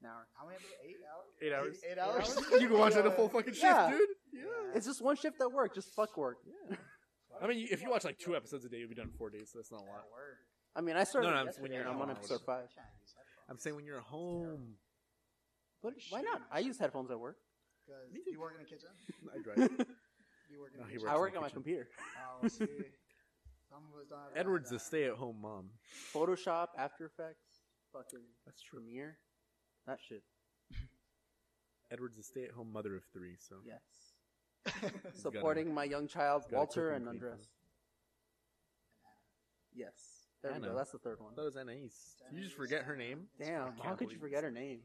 S3: An hour.
S4: how many? episodes? Eight hours.
S2: Eight hours.
S4: Eight, hours.
S2: you can watch it a full fucking shift,
S3: Yeah.
S2: dude.
S4: Yeah.
S3: It's just one shift at work, just fuck work.
S2: I mean, you- if you watch like two episodes a day, you'll be done in four days, so that's not a lot.
S4: That word.
S3: I mean, I started
S2: No, no, I'm-
S3: yesterday
S2: when you're
S3: and
S2: at
S3: I'm on
S2: home,
S3: episode 5.
S4: I can't use headphones.
S2: I'm saying when you're at home.
S3: But why not? I use headphones at work.
S4: 'Cause
S2: Me too.
S4: you work in the kitchen.
S2: I drive.
S3: I
S4: You work in
S2: No,
S4: the
S2: he
S4: kitchen.
S2: works. in
S3: work
S2: the
S3: on my
S2: kitchen.
S3: computer.
S4: Oh, see. Some of us don't have
S2: Edward's
S4: that.
S2: a stay at home mom.
S3: Photoshop, After Effects, fucking
S2: That's true.
S3: Premiere. That shit.
S2: Edward's a stay at home mother of three, so.
S3: Yes.
S2: He's gotta-
S3: Supporting my young child,
S2: gotta
S3: Walter
S2: cook
S3: and
S2: and clean
S3: Undress.
S2: for
S3: Yes. There we
S2: Anna.
S3: go. That's the third one.
S2: I thought it was Anais. Did you just forget her name?
S3: Damn,
S2: can't
S3: how could you
S2: believe
S3: forget her name?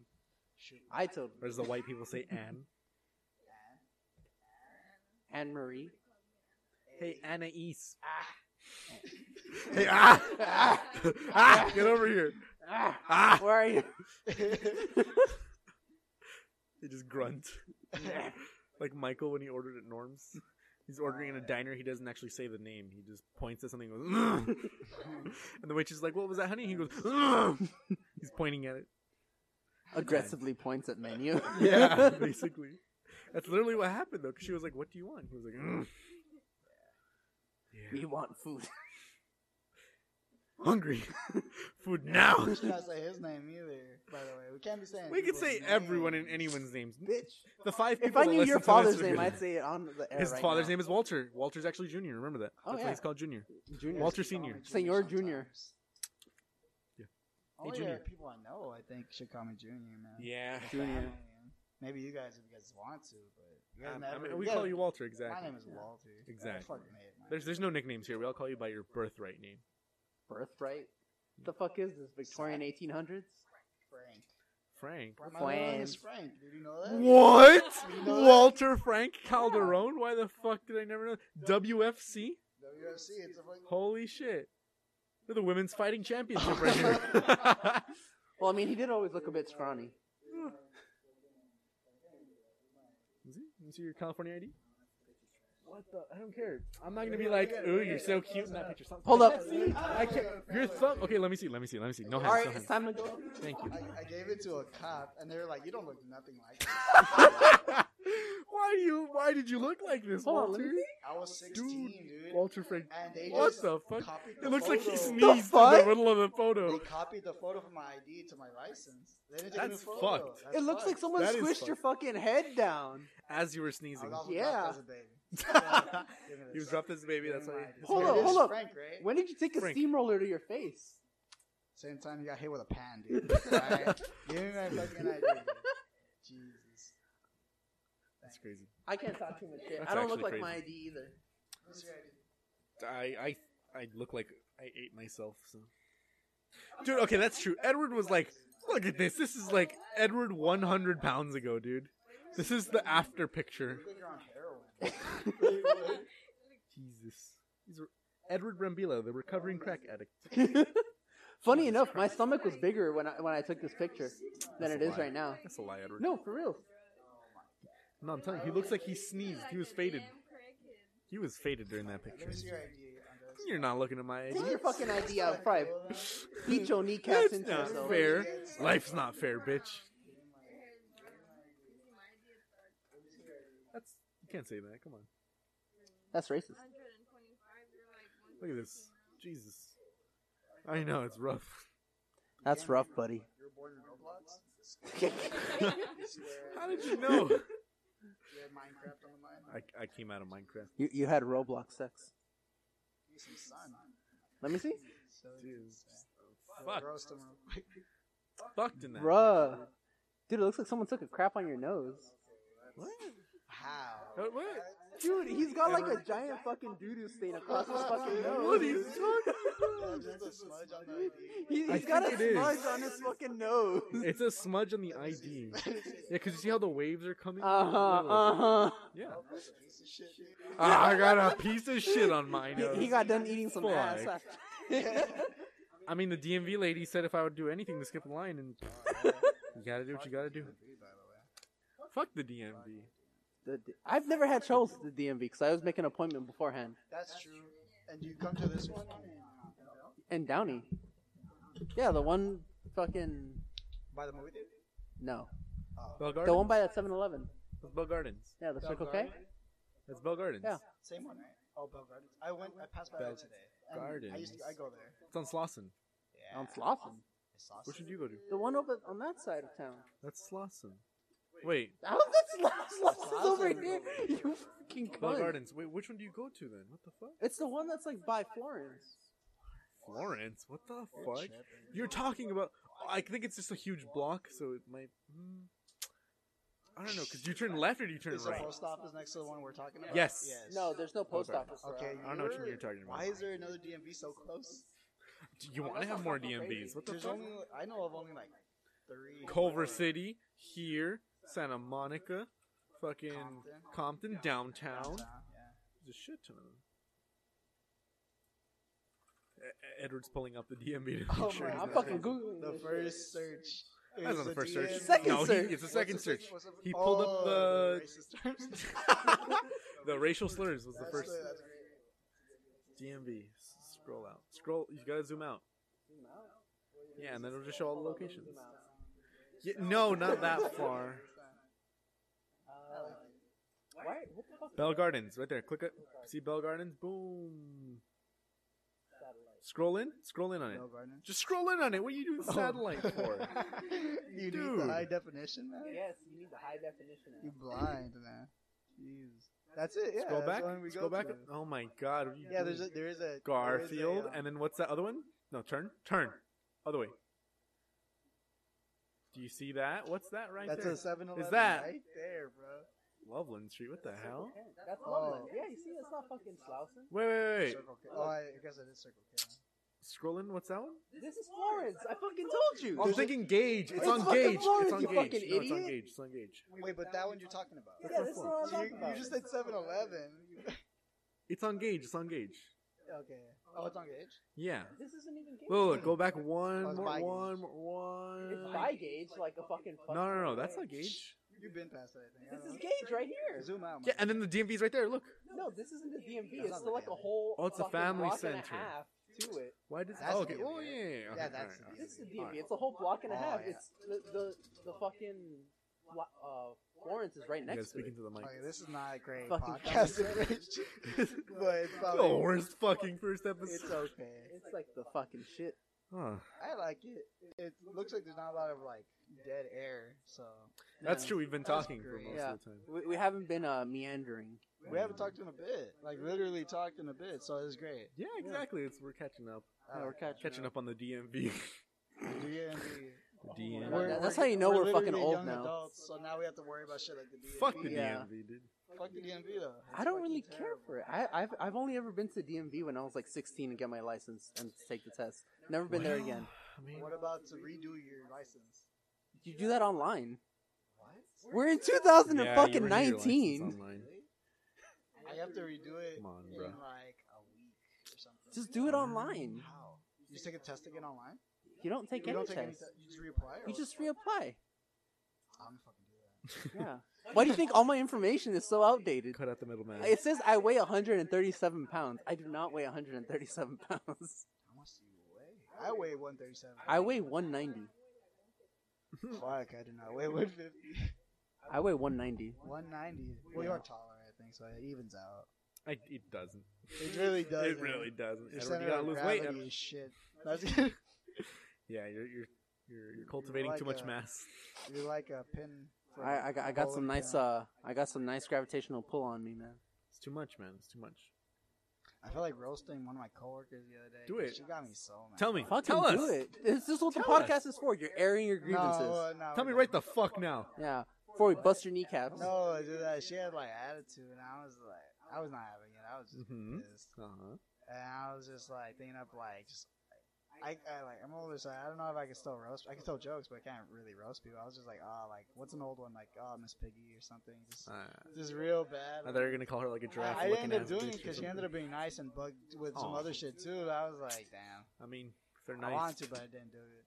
S3: I told
S2: Or does the white people say Anne?
S3: Anne Marie.
S2: Hey, Anais.
S4: Ah.
S2: Hey, ah! ah! Ah! Get over here!
S3: Ah,
S2: Ah!
S3: where are you?
S2: They just grunt. like Michael when he ordered at Norm's. He's ordering
S3: Uh.
S2: in a diner. He doesn't actually say the name. He just points at something and goes, "Mm." and the witch is like, "What was that, honey?" He goes, "Mm." "He's pointing at it."
S3: Aggressively points at menu.
S2: Yeah, basically. That's literally what happened though. 'cause she was like, "What do you want?" He was like, "Mm." yeah.
S3: we want food.
S2: "Hungry, food now."
S4: We should not say his name either. By the way, we can't be saying.
S2: We could
S4: people's
S2: say
S4: names.
S2: everyone and anyone's names.
S3: Bitch.
S2: The five people.
S3: If I
S2: that
S3: knew
S2: listen
S3: your
S2: to this
S3: father's
S2: are
S3: name,
S2: gonna-
S3: I'd say it on the air.
S2: His
S3: right
S2: father's
S3: now.
S2: name is Walter. Walter's actually Junior. Remember that?
S3: Oh,
S2: That's why
S3: yeah.
S2: he's called Junior.
S3: Junior.
S2: Walter
S4: Just call me
S2: Senior.
S3: Senor
S4: sometimes.
S3: Junior.
S2: Yeah.
S4: Only the
S2: Hey, Junior.
S4: people I know, I think, should call me Junior, man.
S2: Yeah.
S4: My
S3: Junior.
S4: family, man. Maybe you guys, if you guys want to, but you guys
S2: Um, I
S4: never-
S2: mean, we
S4: yeah,
S2: call you Walter,
S4: My
S2: exactly.
S4: name is Walter.
S2: Exactly.
S4: Fuck me, man.
S2: There's there's no nicknames here. We all call you by your birthright name.
S3: Birthright. The fuck is this? Victorian 1800s?
S4: Frank.
S2: Frank.
S4: My middle name is
S3: Frank.
S4: Frank. Did you know that?
S2: What?
S4: You know that?
S2: Walter Frank Calderon? Why the fuck did I never know? WFC?
S4: WFC. It's a fucking.
S2: Holy shit. They're the women's fighting championship right here.
S3: Well, I mean, he did always look a bit scrawny.
S2: Let me see your California ID. What the? I don't care. I'm not gonna be like, ooh, you're so cute in that picture. Stop-
S3: Hold up.
S2: I can't. Your thumb. Okay, let me see. Let me see. Let me see. No
S3: All
S2: hands.
S3: right,
S2: No
S3: it's
S2: hands.
S3: time to go.
S2: Thank you.
S4: I, I gave it to a cop, and they were like, "You don't look nothing like." That.
S2: why do you? Why did you look like this,
S3: Hold on, let
S2: Walter?
S3: me
S4: I was 16, dude.
S2: Walter Frank.
S4: and they
S2: What
S4: just
S2: the fuck?
S4: copied the
S2: It looks like
S4: photo.
S2: he sneezed in the
S3: fuck?
S2: middle of the
S4: They
S2: photo.
S4: copied the photo from my ID to my license. They didn't take a new
S2: That's
S4: photo.
S2: fucked.
S4: That's
S3: It looks like
S4: fucked.
S3: someone
S2: That is
S3: squished your fucking head down.
S2: As you were
S4: I was
S2: sneezing,
S4: also
S3: Yeah.
S4: dropped as a baby. Give me
S2: he was
S4: this.
S2: dropped his baby.
S4: Give
S2: That's
S4: me
S2: why.
S4: my ID.
S3: Hold
S4: It
S3: up,
S4: is
S3: hold up.
S4: Frank, right?
S3: When did you take a
S2: Frank.
S3: steamroller to your face?
S4: Same time he got hit with a pan, dude. Alright? Give me my fucking ID. dude. Jesus.
S2: That's crazy.
S3: I can't talk too much shit.
S2: That's
S3: I don't look like
S2: actually
S3: my ID either.
S4: What's your ID?
S2: I I I look like I ate myself. So, dude. Okay, that's true. Edward was like, look at this. This is like Edward 100 pounds ago, dude. This is the after picture.
S4: You look like you're on heroin.
S2: Jesus. These are Edward Brambilla, the recovering crack addict.
S3: Funny enough, my stomach was bigger when I when I took this picture
S4: Oh
S3: than it
S2: That's a
S3: is
S2: lie.
S3: right now.
S2: That's a lie, Edward.
S3: No, for real.
S2: no, I'm telling you, he looks like he sneezed. He was faded. He was faded during that
S4: Let
S2: picture.
S4: me see your ID. Andres.
S2: You're not looking at my ID.
S3: Take your fucking ID out,
S4: Like,
S3: probably
S4: hold on.
S3: beat your kneecaps
S2: It's
S3: into
S2: not
S3: yourself.
S2: fair. Life's not fair, bitch. That's you can't say that. Come on.
S3: That's racist.
S2: Look at this. Jesus. I know it's rough.
S3: That's rough, buddy.
S4: You were born in Roblox? You swear
S2: How did you know?
S4: you had Minecraft on the mind?
S2: I, I came out of Minecraft.
S3: You you had Roblox sex.
S4: Need some sun.
S3: Let me see.
S4: So
S2: Fuck.
S4: Roast them real quick.
S2: Fucked in that.
S3: Bruh. Dude, it looks like someone took a crap on your nose.
S2: What?
S4: How?
S2: Uh, What?
S3: Dude, he's got like a giant fucking doo-doo stain across his fucking nose.
S2: What are you talking
S4: Yeah,
S2: about?
S4: just a smudge on the ID.
S3: He,
S2: I
S3: he's got a
S2: think it is.
S3: smudge on his fucking nose.
S2: It's a smudge on the ID. Yeah, because you see how the waves are coming?
S3: Uh huh.
S2: Literally.
S3: Uh
S2: Yeah.
S4: That's a piece of shit, dude.
S2: Ah, I got a piece of shit on my
S3: huh.
S2: nose.
S3: He, he got done eating some
S2: Fuck.
S3: ass. After.
S2: I mean, the DMV lady said if I would do anything to skip the line, and you gotta do what you gotta do. Fuck the DMV.
S3: The D- I've never had troubles with the DMV because I always make an appointment beforehand.
S4: That's true. And you come to this one.
S3: And Downey. Yeah, the one fucking
S4: By the movie theater? Oh.
S3: no,
S2: Bell Gardens.
S3: the one by that 7-Eleven.
S2: That's Bell Gardens.
S3: Yeah, the
S4: Bell
S3: Circle K.
S4: Gardens?
S2: That's Bell Gardens.
S3: Yeah.
S4: Same one, right? Oh, Bell Gardens. I went. I passed by
S2: Bell
S4: there today. and I used to. I
S2: Gardens.
S4: go there.
S2: It's on Slauson.
S4: Yeah.
S3: On Slauson.
S4: It's awesome.
S2: Where should you go to?
S3: The one over on that side of town.
S2: That's Slauson. Wait,
S3: How's that Slauson? Slauson's over
S4: Slauson.
S3: here. You fucking
S2: Bell
S3: cunt.
S2: Gardens. Wait, which one do you go to then? What the fuck?
S3: It's the one that's like by Florence.
S2: Florence. What the fuck? You're talking about. I think it's just a huge block, so it might. Hmm. I don't know, because you turn left or do you turn
S4: Is the
S2: right?
S4: post office next to the one we're talking about?
S2: Yes.
S4: Yes.
S3: No, there's no post
S2: Okay.
S3: office.
S4: Okay.
S3: around.
S2: I don't know which one
S4: you're-
S2: you're talking about.
S4: Why is there another DMV so close?
S2: Do you want to have more DMVs? What the
S4: There's
S2: fuck?
S4: only. I know of only like three.
S2: Culver City, here, Santa Monica, fucking
S4: Compton.
S2: Compton, downtown.
S4: Downtown, yeah.
S2: There's a shit ton of them. E- Edward's pulling up the DMV to
S4: Oh
S2: make sure.
S4: my
S2: he's
S3: I'm
S4: God.
S2: not-
S3: fucking googling
S4: The
S3: this
S4: first search. It
S2: That's
S4: was
S2: not the
S4: a DM.
S2: first search.
S3: Second
S2: no,
S3: search.
S2: He, it's the second
S4: What's the
S2: search.
S4: second- what's the-
S2: He pulled
S4: Oh,
S2: up the
S4: racist terms.
S2: the racial slurs was the
S4: That's
S2: first
S4: the- that's great.
S2: DMV. S- Scroll out. Scroll. You gotta zoom out. Yeah, and then it'll just show all the locations. Yeah, no, not that far.
S3: Why? What the fuck?
S2: Bell Gardens, right there. Click it. See Bell Gardens. Boom. Scroll in. Scroll in on it.
S4: Bell Gardens.
S2: Just scroll in on it. What are you
S4: Oh.
S2: doing satellite for?
S4: you need
S2: Dude.
S4: the high definition, man.
S3: Yes, you need the high definition.
S4: You blind, man. Jeez. That's it. Yeah.
S2: Scroll
S4: that's
S2: back.
S4: the one we
S2: Scroll
S4: go
S2: back.
S4: to.
S2: Oh my God. what are you
S4: Yeah, there's
S2: doing?
S4: a there is a there is a,
S2: Garfield,
S4: um,
S2: and then what's that other one? No, turn, turn, other way. Do you see that? What's that right
S4: that's
S2: there?
S4: a 7-Eleven
S2: Is that-
S4: right there, bro.
S2: Loveland Street. What the hell?
S3: That's
S4: Oh.
S3: Loveland. Yeah, you see, it's not fucking Slauson.
S2: Wait, wait, wait.
S4: Circle K. Oh, I guess it is Circle K.
S2: Scrolling. What's that one?
S3: This is Florence. I fucking told you.
S2: I'm thinking Gage. It's,
S3: It's
S2: on
S3: fucking
S2: Gage.
S3: Florence,
S2: it's on
S3: you
S2: Gage.
S3: fucking
S2: no, it's on
S3: idiot.
S2: Gage. It's on Gage.
S4: Wait, but that one you're talking about.
S2: Oh,
S3: yeah, this is what I'm
S4: You,
S3: talking about.
S4: you just said 7-Eleven.
S2: It's on Gage. It's on Gage.
S4: okay. Oh, it's on Gauge.
S2: Yeah.
S3: This isn't even Gage.
S2: Look, look, go back
S4: Oh,
S2: one
S4: it's
S2: more,
S4: by Gage.
S2: one more, one.
S3: It's by Gage, like a fucking.
S2: No, no, no. That's not Gage.
S4: You've been past that, I think. I
S3: This
S4: don't
S3: is
S4: know.
S3: Gage right here.
S4: Zoom out.
S2: Yeah,
S4: Mike.
S2: and then the DMV's right there. Look.
S3: No, this isn't the DMV.
S4: That's
S3: It's
S4: not
S3: still
S4: the
S3: like a
S4: DMV.
S3: whole.
S2: Oh, it's a
S3: fucking
S2: family
S3: block and a
S2: center.
S3: half to it.
S2: Why does?
S4: That's
S2: oh, okay.
S4: the
S2: Oh
S4: DMV.
S2: yeah. yeah, yeah.
S4: Yeah,
S2: Okay,
S4: that's
S2: alright,
S4: the
S3: This is the
S4: DMV.
S3: DMV. It's a whole block and a
S4: Oh,
S3: half.
S4: yeah.
S3: It's the the the fucking. lo- Uh, Florence is right
S2: alright. You guys
S3: next to
S2: speaking
S3: it. Oh,
S2: to the mic.
S4: Okay, this is not a great
S3: Fucking
S4: podcast,
S3: dumb.
S4: Rich, but it's probably
S2: the worst Oh, fucking first
S4: it's
S2: episode.
S4: okay.
S3: It's like the fucking shit.
S2: Huh.
S4: I like it. It looks like there's not a lot of like dead air, so
S2: That's
S3: Yeah.
S2: true. We've been
S4: That's
S2: talking for
S4: great.
S2: most
S3: Yeah.
S2: of the time.
S3: We, we haven't been uh, meandering.
S4: we haven't talked in a bit. Like literally talked in a bit, so it's great.
S2: Yeah, exactly. It's we're catching up.
S4: I
S3: Yeah, we're
S4: like that.
S2: Catching up on the DMV.
S3: Oh,
S4: The DMV.
S2: the DMV.
S3: We're- Oh, that's how you know we're fucking
S4: literally
S3: old
S4: young
S3: now.
S4: Adults, so now we have to worry about shit like the DMV.
S2: Fuck the
S3: Yeah.
S2: DMV, dude.
S4: Fuck the DMV though. It's
S3: I don't
S4: fucking
S3: really care
S4: terrible.
S3: for it. I, I've I've only ever been to DMV when I was like 16 and get my license and to take the test. Never been there
S2: Well,
S3: again.
S2: I mean,
S4: What about to redo your license?
S3: You do that online.
S4: What?
S3: We're in
S2: yeah,
S3: 2019.
S4: I have to redo it
S2: Come on,
S4: in
S2: bro.
S4: like a week or something.
S3: Just do it online.
S4: How? You just take a test again online?
S3: You don't take
S4: you
S3: any
S4: don't
S3: test.
S4: take any te- You just reapply? or
S3: you
S4: what?
S3: just reapply.
S4: I'm fucking do that.
S3: Yeah. Why do you think all my information is so outdated?
S2: Cut out the middleman.
S3: It says I weigh 137 pounds. I do not weigh 137 pounds.
S4: How much do you weigh? I weigh 137.
S3: I weigh 190.
S4: Fuck, I do not weigh 150.
S3: I weigh 190.
S4: 190. Well, you are taller, I think, so it evens out.
S2: I, it doesn't.
S4: It really does.
S2: It really doesn't.
S4: Your
S2: Edward,
S4: center
S2: you gotta
S4: of
S2: lose weight.
S4: gravity
S2: Edward.
S4: is shit. That's good.
S2: Yeah, you're you're you're,
S4: You're
S2: you're cultivating
S4: like
S2: too much
S4: a-
S2: mass.
S4: You're like a pin. for
S3: I, I got I got some
S4: bowling
S3: nice
S4: pin.
S3: uh I got some nice gravitational pull on me, man.
S2: It's too much, man. It's too much.
S4: I feel like roasting one of my coworkers the other day.
S2: Do
S4: 'cause
S2: it.
S4: She got me so mad.
S2: Tell me.
S3: Fucking
S2: Tell us.
S3: do it. This is what the
S2: Tell us.
S3: podcast is for. You're airing your
S4: No,
S3: grievances.
S4: uh, no,
S2: Tell me
S4: no.
S2: right the fuck now.
S3: yeah. Before we bust your kneecaps.
S4: No, dude, uh, she had like attitude, and I was like, I was not having it. I was just
S2: Mhm.
S4: pissed,
S2: Uh huh.
S4: and I was just like thinking up like just. I, I like I'm older, so I don't know if I can still roast. I can tell jokes, but I can't really roast people. I was just like, oh, like what's an old one like, oh, Miss Piggy or something. Just,
S2: Uh,
S4: just real bad.
S2: they're gonna call her like a giraffe.
S4: I, I
S2: looking
S4: ended up
S2: ass
S4: doing it
S2: bitch or
S4: because she
S2: something.
S4: ended up being nice and bugged with some
S2: Aw.
S4: other shit too. I was like, damn,
S2: I mean, if they're
S4: I wanted
S2: nice.
S4: to, but I didn't do it.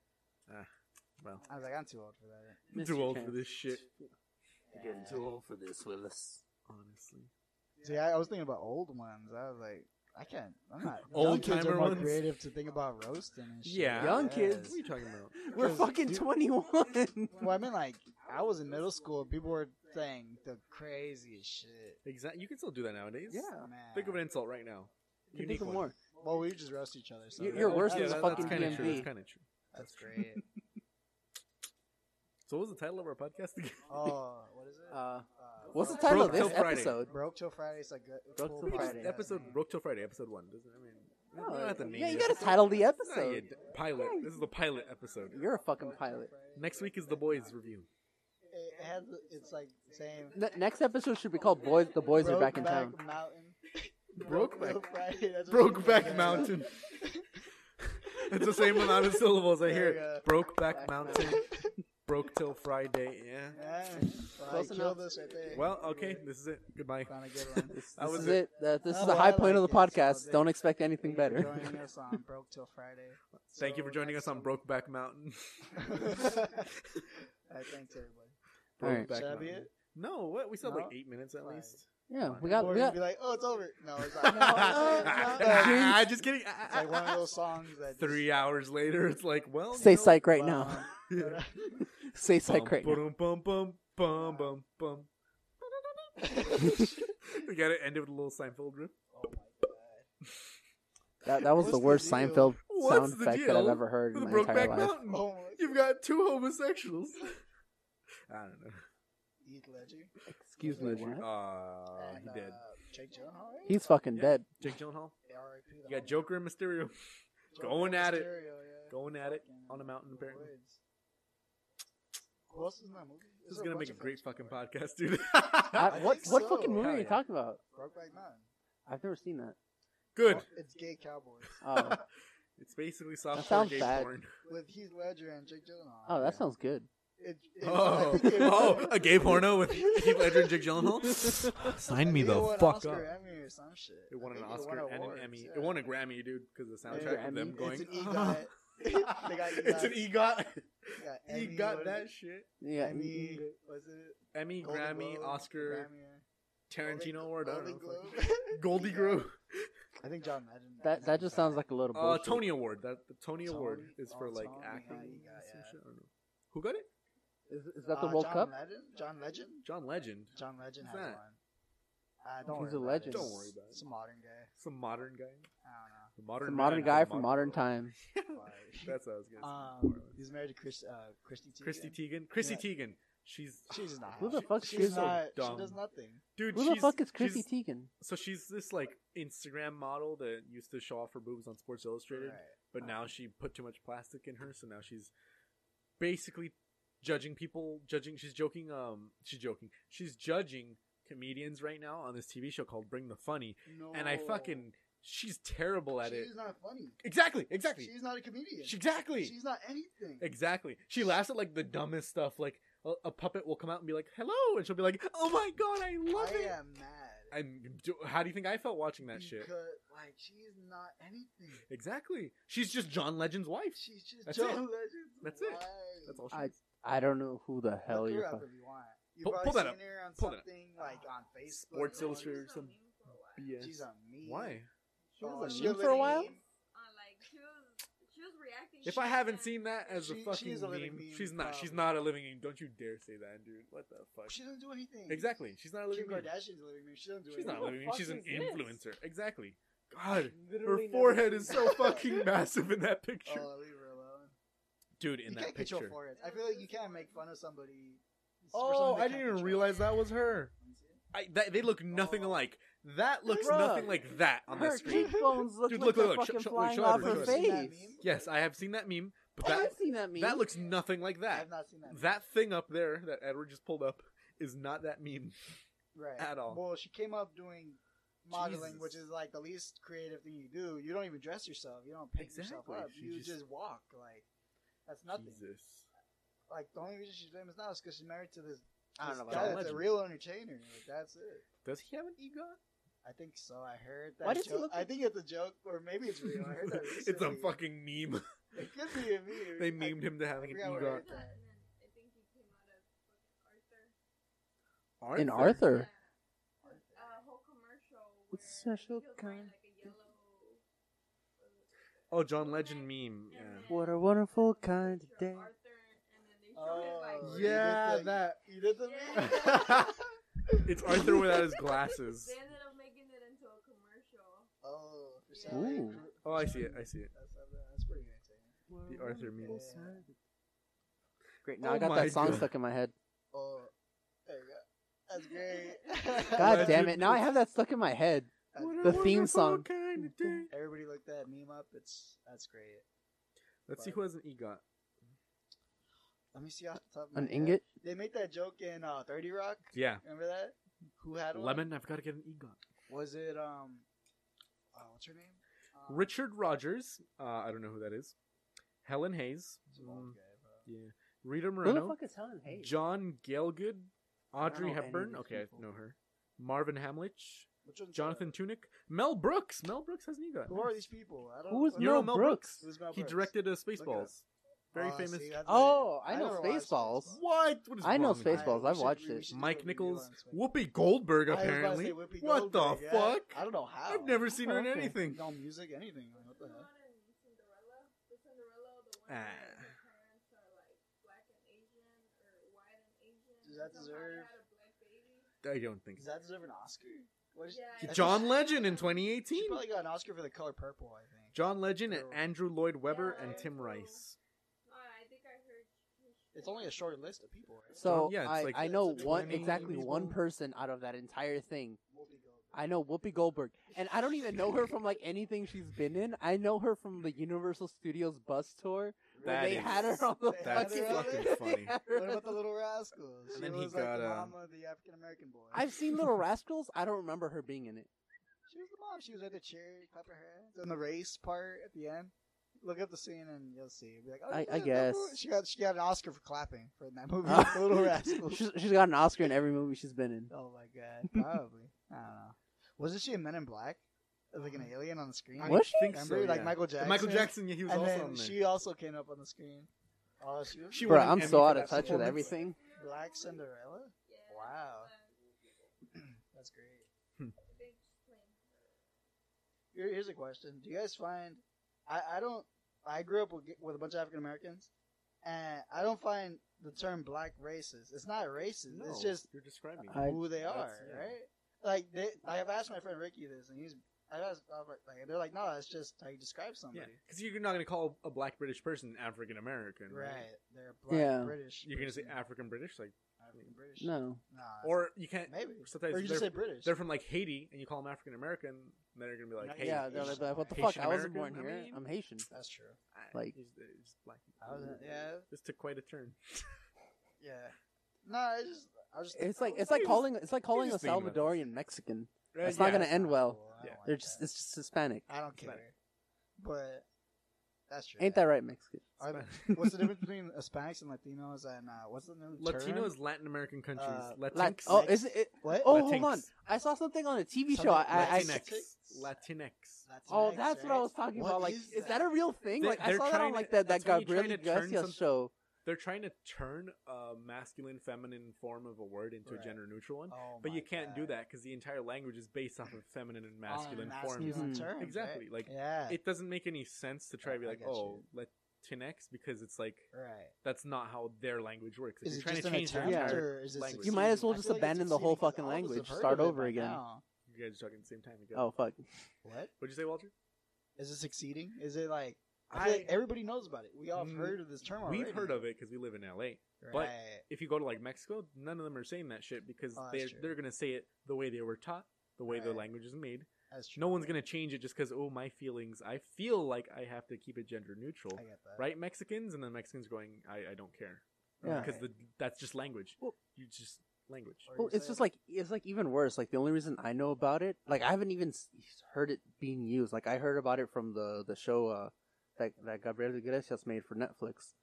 S2: Well,
S4: I was like, I'm too old for that.
S3: Mr.
S2: too old
S3: Chan.
S2: for this shit.
S4: You're getting too
S3: old for this, Willis.
S2: Honestly.
S4: See, I, I was thinking about old ones. I was like, I can't. I'm not.
S2: Old
S4: young kids are
S2: timer
S4: more
S2: ones?
S4: creative to think about roasting and shit.
S2: Yeah.
S3: Young
S4: Yes.
S3: kids.
S2: What are you talking about?
S3: We're
S4: Because
S3: fucking
S4: you-
S3: 21.
S4: Well, I mean, like I was in middle school. People were saying the craziest shit.
S2: Exactly. You can still do that nowadays.
S3: Yeah.
S4: Man.
S2: Think of an insult right now.
S3: Can
S2: Unique
S3: think of
S2: one.
S3: more.
S4: Well, we just roast each other. So
S3: You- you're
S4: that-
S3: worse than
S2: Yeah,
S3: Versus
S4: that's-
S2: that,
S3: fucking
S2: that's kind of true.
S3: DMV.
S2: That's kind of true.
S4: That's great.
S2: So, what was the title of our podcast again?
S4: Oh, what is it?
S3: Uh,
S4: Uh,
S3: what's the title
S2: Broke
S3: of this
S2: Till Friday.
S3: episode?
S4: Broke till Friday is a good.
S3: Broke
S4: cool
S3: Till
S2: We just-
S4: podcast
S3: Friday.
S2: episode
S4: name.
S2: broke till Friday. Episode one. Doesn't I mean? we don't have to name
S3: yeah,
S2: it.
S3: you gotta title the
S2: Nah, you
S3: episode.
S2: d- pilot. This is the pilot episode.
S3: You're a fucking pilot.
S2: Next week is the boys review.
S4: It has. It's like the same.
S3: Ne- next episode should be called "Boys." The boys are back in town.
S4: Brokeback Mountain.
S2: Brokeback-
S4: Till Friday. That's what we
S2: Brokeback
S4: call it.
S2: Mountain. it's the same amount of syllables I
S4: There
S2: hear.
S4: you
S2: Brokeback Mountain. Broke till Friday. Yeah.
S4: Yeah. Well, I
S3: Close enough.
S4: killed this right there.
S2: Well, okay. This is it. Goodbye.
S4: Found a good one.
S3: This,
S2: That
S3: this
S2: was
S3: is
S2: it.
S3: it. Uh, this
S4: Oh,
S3: is the
S4: well,
S3: high
S4: I
S3: point of the
S4: like it. So
S3: podcast.
S4: they-
S3: Don't expect anything
S4: Thank you for
S3: better.
S4: Joining us on Broke Till Friday.
S2: Thank you for
S4: So
S2: joining us
S4: next
S2: on
S4: time-
S2: Brokeback Mountain.
S4: Uh, thanks everybody.
S3: All right.
S2: Brokeback
S4: Should that be
S2: Mountain.
S4: it?
S2: No, what? We still have
S4: No?
S2: like eight minutes at
S4: Fine.
S2: least.
S3: Yeah,
S4: Or
S3: we got.
S4: we'd
S3: We got
S4: be like, oh, it's over. No, it's not. No, it's not.
S2: Ah, Just kidding. Ah,
S4: It's like one
S2: ah,
S4: of
S2: ah.
S4: those songs that just-
S2: Three hours later, it's like, well,
S3: say
S2: you know,
S3: psych right now.
S4: Yeah.
S3: Say psych
S2: bum,
S3: right now.
S2: ba-dum, bum, bum, bum, bum, bum.
S4: uh,
S2: we gotta end it with a little Seinfeld riff.
S4: Oh
S3: That, that was
S4: What's
S3: the
S4: the
S3: worst
S4: deal?
S3: Seinfeld
S2: What's
S3: sound
S2: the
S3: effect that I've
S2: deal
S3: ever heard
S2: With
S3: in
S2: a
S3: my entire
S2: Brokeback
S3: life.
S2: Mountain,
S4: oh my.
S2: you've got two homosexuals. I don't know.
S4: Heath Ledger.
S3: Excuse me,
S4: What?
S3: Drew.
S2: Uh,
S4: and,
S2: he did.
S4: Uh, Jake Gyllenhaal. right?
S3: He's fucking
S2: Yeah.
S3: dead.
S2: Jake Gyllenhaal.
S4: R.I.P. the
S2: You got
S4: homie.
S2: Joker and Mysterio
S4: Joker
S2: going at it.
S4: Mysterio, yeah.
S2: going at it on a
S4: In
S2: mountain.
S4: the
S2: Apparently,
S4: woods. Who else is in that movie?
S2: this is
S4: There's
S2: gonna
S4: bunch
S2: make a
S4: of
S2: great
S4: folks.
S2: fucking podcast, dude.
S3: I,
S4: I
S3: what
S4: think
S3: what
S4: so.
S3: fucking movie
S2: Hell
S3: are you
S2: yeah.
S3: talking about?
S4: Brokeback Mountain.
S3: I've never seen that.
S2: Good.
S4: It's gay cowboys
S3: Oh,
S2: It's basically softcore
S3: sounds
S2: gay
S3: bad.
S2: porn.
S4: with Heath Ledger and Jake Gyllenhaal.
S3: oh, that sounds good.
S4: It, it, I
S2: Oh,
S4: think it-
S2: oh, a gay porno with Heath Ledger and Jake Gyllenhaal. Sign me
S4: I think
S2: the
S4: it won an
S2: fuck
S4: Oscar,
S2: up.
S4: Emmy or some shit.
S2: It won
S4: I
S2: an
S4: think
S2: Oscar and an
S4: awards,
S2: Emmy.
S4: yeah.
S2: It won a Grammy, dude, because the
S4: Yeah.
S2: soundtrack of
S3: Grammy?
S2: them
S4: It's E
S2: going.
S4: an EGOT. They got EGOT.
S5: It's an EGOT.
S4: Yeah,
S5: He
S4: Emmy,
S5: got
S4: what
S5: that
S4: is
S5: shit.
S4: it?
S3: Yeah.
S4: Emmy, was it
S2: Emmy,
S4: Golden
S2: Grammy,
S4: Globe,
S2: Oscar,
S4: Grammy, yeah.
S2: Tarantino
S4: Golden-
S2: Award. I don't
S4: Golden
S2: know. fuck.
S4: Globe.
S2: Goldie Grove.
S4: I think John Madden.
S3: That that just sounds like a little
S2: Uh,
S3: bullshit.
S2: Tony Award. That the Tony,
S4: Tony-
S2: Award is for
S4: oh,
S2: like
S4: Tony,
S2: acting.
S4: yeah, you got-
S2: some
S4: yeah.
S2: shit, I don't know. Who got it?
S3: Is, is that the World
S4: Uh, John
S3: Cup?
S4: Legend? John Legend?
S2: John Legend.
S4: John Legend
S2: Who's
S4: has
S2: that?
S4: one. Uh, don't
S3: He's
S4: worry
S3: a
S4: about
S3: legend.
S4: It.
S2: Don't worry about it.
S4: It's a modern guy.
S2: Some modern guy.
S4: I don't know.
S2: The
S3: The
S2: modern
S3: modern
S2: man
S3: guy
S2: has a
S3: from modern time.
S4: But-
S2: That's what I was gonna say.
S4: um, he's married to Chris, uh, Christy Teigen.
S2: Chrissy Teigen. Chrissy
S4: Yeah.
S2: Teigen. She's
S4: She's not.
S3: Who the
S4: She-
S3: fuck
S4: She's
S3: is
S2: so
S4: not.
S2: dumb.
S4: She does nothing.
S2: dude.
S3: Who the
S2: she's-
S3: fuck is Chrissy
S2: she's-
S3: Teigen?
S2: So she's this like Instagram model that used to show off her boobs on Sports Illustrated,
S4: Right.
S2: but now she put too much plastic in her, so now she's basically judging people. Judging, she's joking. Um, she's joking. She's judging comedians right now on this TV show called Bring the Funny,
S4: No.
S2: and I fucking she's terrible at it.
S4: Oh. She's not funny.
S2: Exactly, exactly,
S4: She's not a comedian.
S2: She- exactly,
S4: She's not anything.
S2: exactly. She laughs at like the dumbest stuff. Like a, a puppet will come out and be like, "Hello," and she'll be like, "Oh my god, I love
S4: I
S2: it."
S4: am mad.
S2: And do, how do you think I felt watching that shit?
S4: Because, like, she's not anything.
S2: Exactly. She's just John Legend's wife.
S4: She's just
S2: That's
S4: John
S2: it.
S4: Legend.
S2: That's it. That's all she
S3: I-
S2: is.
S3: I don't know who the hell
S4: Look
S3: you're.
S4: her up
S3: fuck-
S4: if you want. You've
S2: Pull-
S4: probably
S2: pull that
S4: seen
S2: up.
S4: her on
S2: Pull that up.
S4: something like on Facebook.
S2: Sports
S4: or
S2: Illustrated or
S1: She was on
S2: some
S1: meme for a while.
S2: BS.
S4: She's on me.
S2: Why?
S4: She
S1: was on
S3: meme for a while?
S1: On like she was, she was reacting.
S2: If
S1: to
S2: I haven't
S1: content.
S2: seen that as a
S4: She-
S2: fucking
S4: she's a
S2: meme,
S4: living meme,
S2: she's not. She's
S4: probably.
S2: not a living meme. Don't you dare say that, dude. What the fuck?
S4: She doesn't do anything.
S2: exactly. She's not a
S4: Kim
S2: living meme.
S4: Kardashian's a living meme. She doesn't do
S2: She's not a
S4: anything.
S2: living meme.
S6: fuck
S2: She's an
S6: is this?
S2: influencer. Exactly. God, her
S6: Literally never
S2: forehead
S6: seen
S2: is
S6: that.
S2: so fucking massive in that picture,
S4: Oh, leave her alone.
S2: dude. In
S4: you
S2: that
S4: can't control
S2: picture.
S4: foreheads. I feel like you can't make fun of somebody. for
S2: Oh,
S4: something they
S2: I
S4: can't
S2: didn't even
S4: control.
S2: realize that was her.
S4: Let me see it.
S2: I, that, they look nothing
S4: Oh.
S2: alike. That looks
S3: Bruh.
S2: nothing like that on
S3: her
S2: the screen.
S3: cheekbones look
S2: Dude,
S3: like
S2: look,
S3: they're
S2: look, look. Sh-
S3: fucking
S2: sh- wait,
S3: flying
S2: show
S3: off
S2: her,
S3: her
S2: show her.
S4: Have you seen that
S3: face.
S4: meme?
S2: Yes, I have seen that meme, but
S4: Oh,
S3: I
S2: that
S3: have seen that meme.
S2: that looks nothing like
S4: I
S2: that.
S4: have not seen that. meme.
S2: That thing up there that Edward just pulled up is not that meme.
S4: right.
S2: at all.
S4: Well, she came up doing modeling,
S2: Jesus.
S4: which is like the least creative thing you do. You don't even dress yourself. You don't paint
S2: Exactly.
S4: yourself up.
S2: She
S4: you
S2: just-
S4: just... walk. Like that's nothing.
S2: Jesus.
S4: Like the only reason she's famous now is because she's married to this,
S3: I don't
S4: this
S3: know about
S4: guy
S2: that.
S4: that's a
S2: Legend.
S4: real entertainer. Like that's it.
S2: Does he have an EGOT?
S4: I think so. I heard that.
S3: Why does he
S4: joke.
S3: look
S4: I
S3: like-
S4: think it's a joke, or maybe it's real. I heard that.
S2: it's a
S4: recently.
S2: fucking meme.
S4: It could be a meme.
S2: they
S4: I-
S2: memed him to having an
S4: forgot where it
S2: EGOT.
S1: And then I think he came out of fucking Arthur.
S3: in Arthur.
S1: Yeah. A whole commercial. Where
S3: It's such a
S1: he was wearing,
S3: kind-
S1: like, a yellow-
S2: Oh, John Legend meme.
S1: and
S2: Yeah.
S1: then
S3: What a wonderful kind of
S1: picture
S3: day.
S1: of Arthur, and then they showed him, like,
S4: Oh,
S1: wearing-
S2: Yeah,
S4: you did the- you did the
S2: that-
S4: meme.
S1: Yeah.
S2: It's Arthur without his glasses.
S1: They ended up making it into a commercial.
S4: Oh, for
S1: Yeah.
S4: some reason-
S3: Ooh.
S2: Oh, I see it. I see it.
S4: That's, that's pretty entertaining.
S2: The Arthur meme.
S3: Great. Now
S2: Oh
S3: I got
S2: my
S3: that song
S2: God.
S3: stuck in my head.
S4: Oh, there you go. That's great.
S3: God
S2: Legend
S3: damn it. Now I
S2: is-
S3: have that stuck in my head.
S4: That's
S2: What a
S4: great.
S3: The theme
S2: wonderful
S3: song.
S2: kind of day.
S4: Everybody looked that meme up. It's that's great.
S2: Let's see who has an EGOT.
S4: Let me see off the top of my
S3: An
S4: head.
S3: ingot?
S4: They make that joke in uh, Thirty Rock.
S2: Yeah.
S4: Remember that? Who had one?
S2: Lemon, I've got to get an EGOT.
S4: Was it um? Uh, what's her name? Um,
S2: Richard Rogers. Uh, I don't know who that is. Helen Hayes.
S4: it's an old
S2: Mm,
S4: guy, bro.
S2: yeah. Rita
S3: Who the
S2: Moreno.
S3: fuck is Helen Hayes?
S2: John Gielgud. Audrey
S3: know any of
S2: Hepburn.
S3: these
S2: Okay, I
S3: people.
S2: know her. Marvin Hamlich.
S4: Which one's
S2: Jonathan
S4: that?
S2: Tunick. Mel Brooks. Mel Brooks has an ego.
S4: uh, Who are these people? I don't.
S3: Who is
S4: fucking-
S2: You know Mel
S3: Mel Brooks?
S2: Brooks?
S4: Who's Mel
S2: He
S4: Brooks?
S2: directed uh,
S4: it
S2: Spaceballs.
S4: up.
S2: Very
S4: Oh,
S2: famous.
S4: see, that's
S3: Oh,
S4: it.
S3: I know
S4: never watched
S3: Spaceballs.
S4: Spaceballs.
S2: What? what is
S3: I know
S2: wrong with you?
S3: Spaceballs.
S4: I-
S3: I've
S4: we should-
S3: watched
S4: we
S3: it.
S4: should do a
S2: Mike
S4: review
S2: Nichols.
S4: on Spaceballs.
S2: Whoopi
S4: I was
S2: Goldberg,
S4: about to
S2: apparently.
S4: say Whoopi
S2: What the
S4: Goldberg, yeah.
S2: fuck?
S4: I don't know how.
S2: I've never seen
S3: Oh,
S2: her in
S3: okay.
S2: anything.
S4: no music, anything. Like, what the
S1: You know
S4: hell?
S1: what in Cinderella? The Cinderella, the one
S2: Ah.
S1: where her parents are like black and Asian or white and Asian.
S4: Does that
S1: and somehow they
S4: deserve-
S1: had a black baby.
S2: I don't think
S4: Does
S2: so.
S4: that deserve an Oscar? What is
S1: Yeah, I
S2: John
S1: think-
S2: Legend in
S4: She
S2: 2018.
S4: probably got an Oscar for The Color Purple, I think.
S2: John Legend and
S4: Girl.
S2: Andrew Lloyd Webber
S1: Yeah,
S2: and Tim
S1: true.
S2: Rice.
S1: Uh, I think I heard.
S4: It's only a short list of people. Right?
S3: So
S2: John- yeah, it's
S3: I,
S2: like-
S3: I know
S4: Oh, It's like
S3: one
S4: 20
S3: exactly one
S2: people.
S3: person out of that entire thing.
S4: Whoopi Goldberg.
S3: I know Whoopi Goldberg, and I don't even know her from like anything she's been in. I know her from the Universal Studios bus tour where
S2: That
S3: they
S2: is-
S3: had her on the
S4: they had
S2: That's
S3: fucking.
S4: her on
S2: fucking
S4: there.
S2: funny.
S3: they had her
S4: What
S3: on
S4: about the Little Rascals? She
S2: And then he
S4: was like
S2: got,
S4: the
S2: uh,
S4: mom of the African American boy.
S3: I've seen Little Rascals. I don't remember her being in it.
S4: She was the mom. She was at the chair, clapping her hands, and the race part at the end. Look up the scene and you'll see. You'll be like, oh,
S3: I-
S4: yeah,
S3: I
S4: that
S3: guess.
S4: movie- she got she got an Oscar for clapping for that movie,
S3: Uh,
S4: The Little Rascals.
S3: she's, she's got an Oscar in every movie she's been in.
S4: Oh my god, probably. I don't know. Wasn't she in Men in Black? as like an alien on the screen.
S2: Um, I
S3: Was she?
S2: think so,
S4: Remember, like
S2: yeah.
S4: Michael Jackson.
S2: Michael Jackson, yeah, he was
S4: and
S2: also
S4: then
S2: on there.
S4: she also came up on the screen. Oh, she was
S2: She
S3: Bro,
S2: won an
S3: I'm
S2: Emmy
S3: so
S2: for
S3: out of
S2: that
S3: touch with
S2: performance.
S3: everything.
S4: Black Cinderella.
S1: um,
S4: Wow, that's great. Here, here's a question: Do you guys find I, I don't I grew up with, with a bunch of African Americans, and I don't find the term black racist. It's not racist.
S2: No,
S4: It's just
S2: you're describing.
S3: I-
S4: who they
S2: that's-
S4: are,
S2: yeah.
S4: right? Like they, I've asked my friend Ricky this, and he's I've asked I was like like, they're like, no, it's just how you describe
S2: yeah,
S4: somebody,
S2: because you're not going to call a black British person African American, right?
S4: right? Mm-hmm. They're black
S3: Yeah.
S4: British.
S2: You're going to say
S4: person,
S2: African British, like,
S4: African British.
S3: No.
S4: Nah,
S2: or you can't.
S4: maybe.
S2: Sometimes
S4: or you
S2: they're,
S4: just say British.
S2: they're from like Haiti, and you call them African American, then they're going to be like,
S4: Not
S2: hey,
S4: yet.
S3: yeah,
S4: Haitian.
S3: they're like, what the fuck?
S2: Haitian
S3: I wasn't born
S2: American,
S3: here.
S2: I mean?
S3: I'm Haitian.
S4: That's true.
S2: I-
S3: Like-
S2: he's, uh, he's black.
S4: I was, yeah,
S2: This took quite a turn.
S4: yeah. No, it's just I was just
S3: It's like it's like
S2: You're
S3: calling it's like calling a
S2: just being with us.
S3: Salvadorian Mexican.
S2: Uh,
S3: It's not
S2: yeah.
S3: gonna end well.
S4: Cool. I don't
S2: Yeah.
S4: like
S3: They're just
S4: that.
S3: it's just Hispanic.
S4: I don't care.
S2: Hispanic.
S4: But that's true.
S3: Ain't that right, Mexican?
S4: Are the- what's the difference between Hispanics and Latinos and uh, what's the new
S2: Latino
S4: term?
S2: is Latin American countries.
S4: Uh,
S2: Latinx.
S3: Lat- oh, is it? it-
S4: what?
S3: oh,
S2: Latinx.
S3: hold on. I saw something on a TV
S4: Something-
S3: show. I, I, I,
S2: Latinx. Latinx.
S3: oh,
S4: Latinx,
S3: that's what I
S4: right?
S3: was talking
S4: What
S3: about. Like,
S4: is
S3: is that a real thing?
S2: They-
S3: Like, I
S2: they're
S3: saw that
S2: trying
S3: on
S2: to-
S3: like that that
S2: that's when you try
S3: Gabriel
S2: to turn
S3: Garcia
S2: some-
S3: show.
S2: They're trying to turn a masculine, feminine form of a word into
S4: Right.
S2: a gender neutral one,
S4: Oh
S2: but
S4: my
S2: you
S4: God.
S2: can't do that because the entire language is based off of feminine and
S4: On
S2: masculine forms.
S4: masculine
S3: Mhm.
S4: terms, right?
S2: Exactly, like,
S4: yeah,
S2: It doesn't make any sense to try to be
S4: I- I
S2: like,
S4: got
S2: oh, Latinx, because it's like
S4: right.
S2: that's not how their language works. If
S4: Is
S2: you're
S4: it
S2: trying
S4: just
S2: to
S4: an
S2: change their
S4: attempt,
S2: entire,
S4: or is it
S2: language.
S3: You might as
S4: succeeding?
S3: well
S4: I
S3: just
S4: feel like it's
S3: abandon the whole
S4: succeeding 'cause
S3: fucking
S4: all of us
S3: language,
S4: have heard
S3: start
S4: of it
S3: over
S4: by
S3: again.
S4: now.
S2: you guys are talking at the same time. Again.
S3: Oh fuck!
S4: What
S2: what'd you say, Walter?
S4: is it succeeding? Is it like I feel like everybody knows about it. We all have
S2: Mm,
S4: heard of this term already.
S2: we've heard of it because we live in LA.
S4: right.
S2: but- if you go to like Mexico, none of them are saying that shit because
S4: Oh, that's
S2: they're
S4: true.
S2: they're gonna say it the way they were taught, the way their
S4: Right.
S2: language is made.
S4: That's true.
S2: No one's gonna change it just because oh my feelings. I feel like I have to keep it gender neutral,
S4: I get that.
S2: right? Mexicans and then Mexicans going I, I don't care
S3: Yeah.
S2: because the, that's just language.
S3: Well-
S2: you just language.
S4: Or
S3: Well,
S4: you
S3: it's
S4: say
S3: just like it's like even worse. Like the only reason I know about it, like I haven't even s- heard it being used. Like I heard about it from the the show uh, that that Gabriel Iglesias made for Netflix.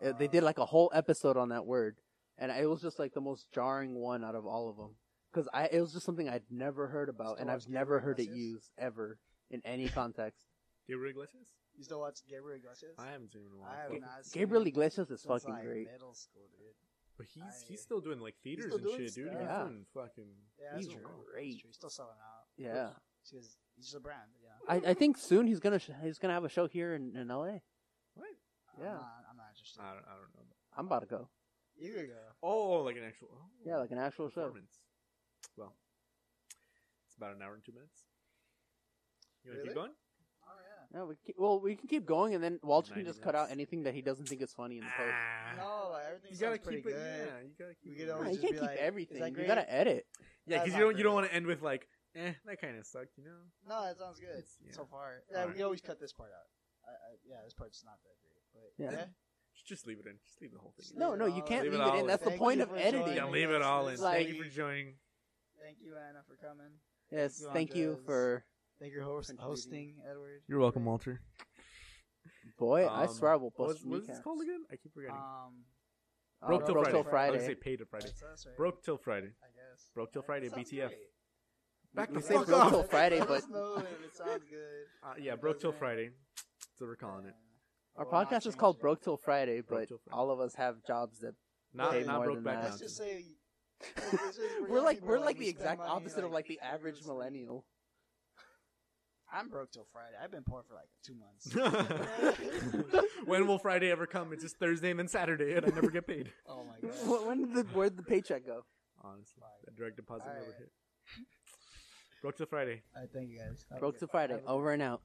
S3: Uh, they did like a whole episode on that word, and it was just like the most jarring one out of all of them because I it was just something I'd never heard about, and
S4: Still
S3: I've
S4: watch
S3: never
S4: Gabriel
S3: heard it
S4: Iglesias?
S3: used ever in any context.
S2: Gabriel Iglesias?
S4: You still watch Gabriel Iglesias?
S2: I haven't seen him in a while.
S4: I have
S2: But-
S4: not seen
S3: Gabriel
S4: him
S3: Iglesias is
S4: since,
S3: fucking
S4: like,
S3: great.
S4: Middle school, dude.
S2: but he's
S4: I-
S2: he's still doing like theaters
S4: still
S2: and
S4: doing
S2: shit, dude.
S4: stuff.
S2: Yeah.
S3: Yeah.
S2: fucking
S4: Yeah, that's
S3: He's
S4: true. That's
S3: great.
S4: true. He's still selling out.
S3: Yeah,
S4: She was, he's just a brand. You know?
S3: I, I think soon he's gonna sh- he's gonna have a show here in, in L.A.
S2: what?
S3: Yeah.
S4: I'm not, I'm not interested.
S2: I don't, I don't know.
S3: I'm about to go.
S4: you could go.
S2: Oh, like an actual. Oh,
S3: Yeah, like an actual show.
S2: performance. Well, it's about an hour and two minutes. You want to
S4: Really?
S2: keep going?
S4: Oh yeah.
S3: Yeah, we keep, well, we can keep going, and then Walter can
S2: 90
S3: just cut out
S2: minutes.
S3: anything that he doesn't think is funny in the post.
S2: Ah,
S4: No, like, everything
S2: you
S4: sounds
S2: gotta
S4: pretty
S2: keep it.
S4: good.
S2: Yeah, you gotta
S4: We
S2: keep
S4: could always
S2: it.
S3: Yeah, you
S4: Ah. just
S3: can't
S4: be
S3: keep
S4: like, is that
S3: everything. You
S4: great?
S3: gotta edit.
S2: Yeah,
S4: that's
S2: because
S4: not
S2: you don't you don't
S4: great.
S2: want to end with like, eh, that kind of sucked, you know.
S4: No, that sounds good
S2: It's- yeah.
S4: so far. Yeah,
S2: Alright.
S4: we always cut this part out. I, I, yeah, this part's not that great. But
S3: Yeah.
S4: yeah,
S2: Just leave it in. Just leave the whole thing.
S4: Just
S2: in.
S3: No, no, you can't
S2: Leave
S3: leave
S2: it
S3: it,
S2: all
S3: in.
S2: in.
S3: That's the
S4: Thank
S3: point
S4: you
S3: of
S4: for
S3: editing.
S4: joining.
S2: Yeah, leave it all in.
S3: Like-
S2: Thank you for joining.
S4: thank you, Anna, for coming.
S3: Yes,
S4: you,
S3: thank you
S4: Andres.
S3: for
S4: Thank you for host-
S3: Contributing.
S4: hosting, Edward.
S2: You're welcome, Walter.
S3: boy. I
S2: Um,
S3: swear I will
S2: What's
S3: bust
S2: what is this
S3: kneecaps.
S2: called again? I keep forgetting.
S4: Um,
S3: Uh,
S2: Oh, Broke till
S3: Broke
S2: Friday.
S3: Till
S2: I
S3: Friday.
S2: was gonna say paid till Friday.
S4: that's us, right?
S2: Broke till Friday.
S4: I guess.
S2: Broke till Friday.
S4: That sounds
S2: BTF.
S4: great.
S2: Back
S3: We
S2: the
S3: say
S2: fuck
S3: broke
S2: up.
S3: till Friday,
S4: Let
S3: but-
S4: us know if it sounds good.
S2: Uh, yeah, broke till Friday. So we're calling it.
S3: Our
S4: Well, not
S3: podcast is
S4: changing
S3: called
S4: it.
S3: Broke Till Friday,
S2: Broke
S3: but
S2: till Friday.
S3: all of us have jobs that
S2: Not
S4: Pay
S2: not
S3: more
S2: broke
S3: than
S2: back
S3: that.
S4: Let's
S2: down.
S4: just say
S3: we're,
S4: young
S3: like.
S4: people,
S3: We're like
S4: we
S3: the
S4: spend
S3: exact
S4: money,
S3: opposite of like the average
S4: frivolously.
S3: millennial.
S4: I'm broke till Friday. I've been poor for like two months. Oh
S2: when will Friday ever come? It's just Thursday and then Saturday, and I never get paid.
S4: oh my god.
S3: Wh- when did the where'd the paycheck go?
S2: Honestly, that direct deposit never
S4: Alright.
S2: hit. Broke till Friday.
S4: All right, thank you guys. Have a
S3: Broke
S4: good-
S3: Till Friday.
S4: have a good-
S3: Over and out.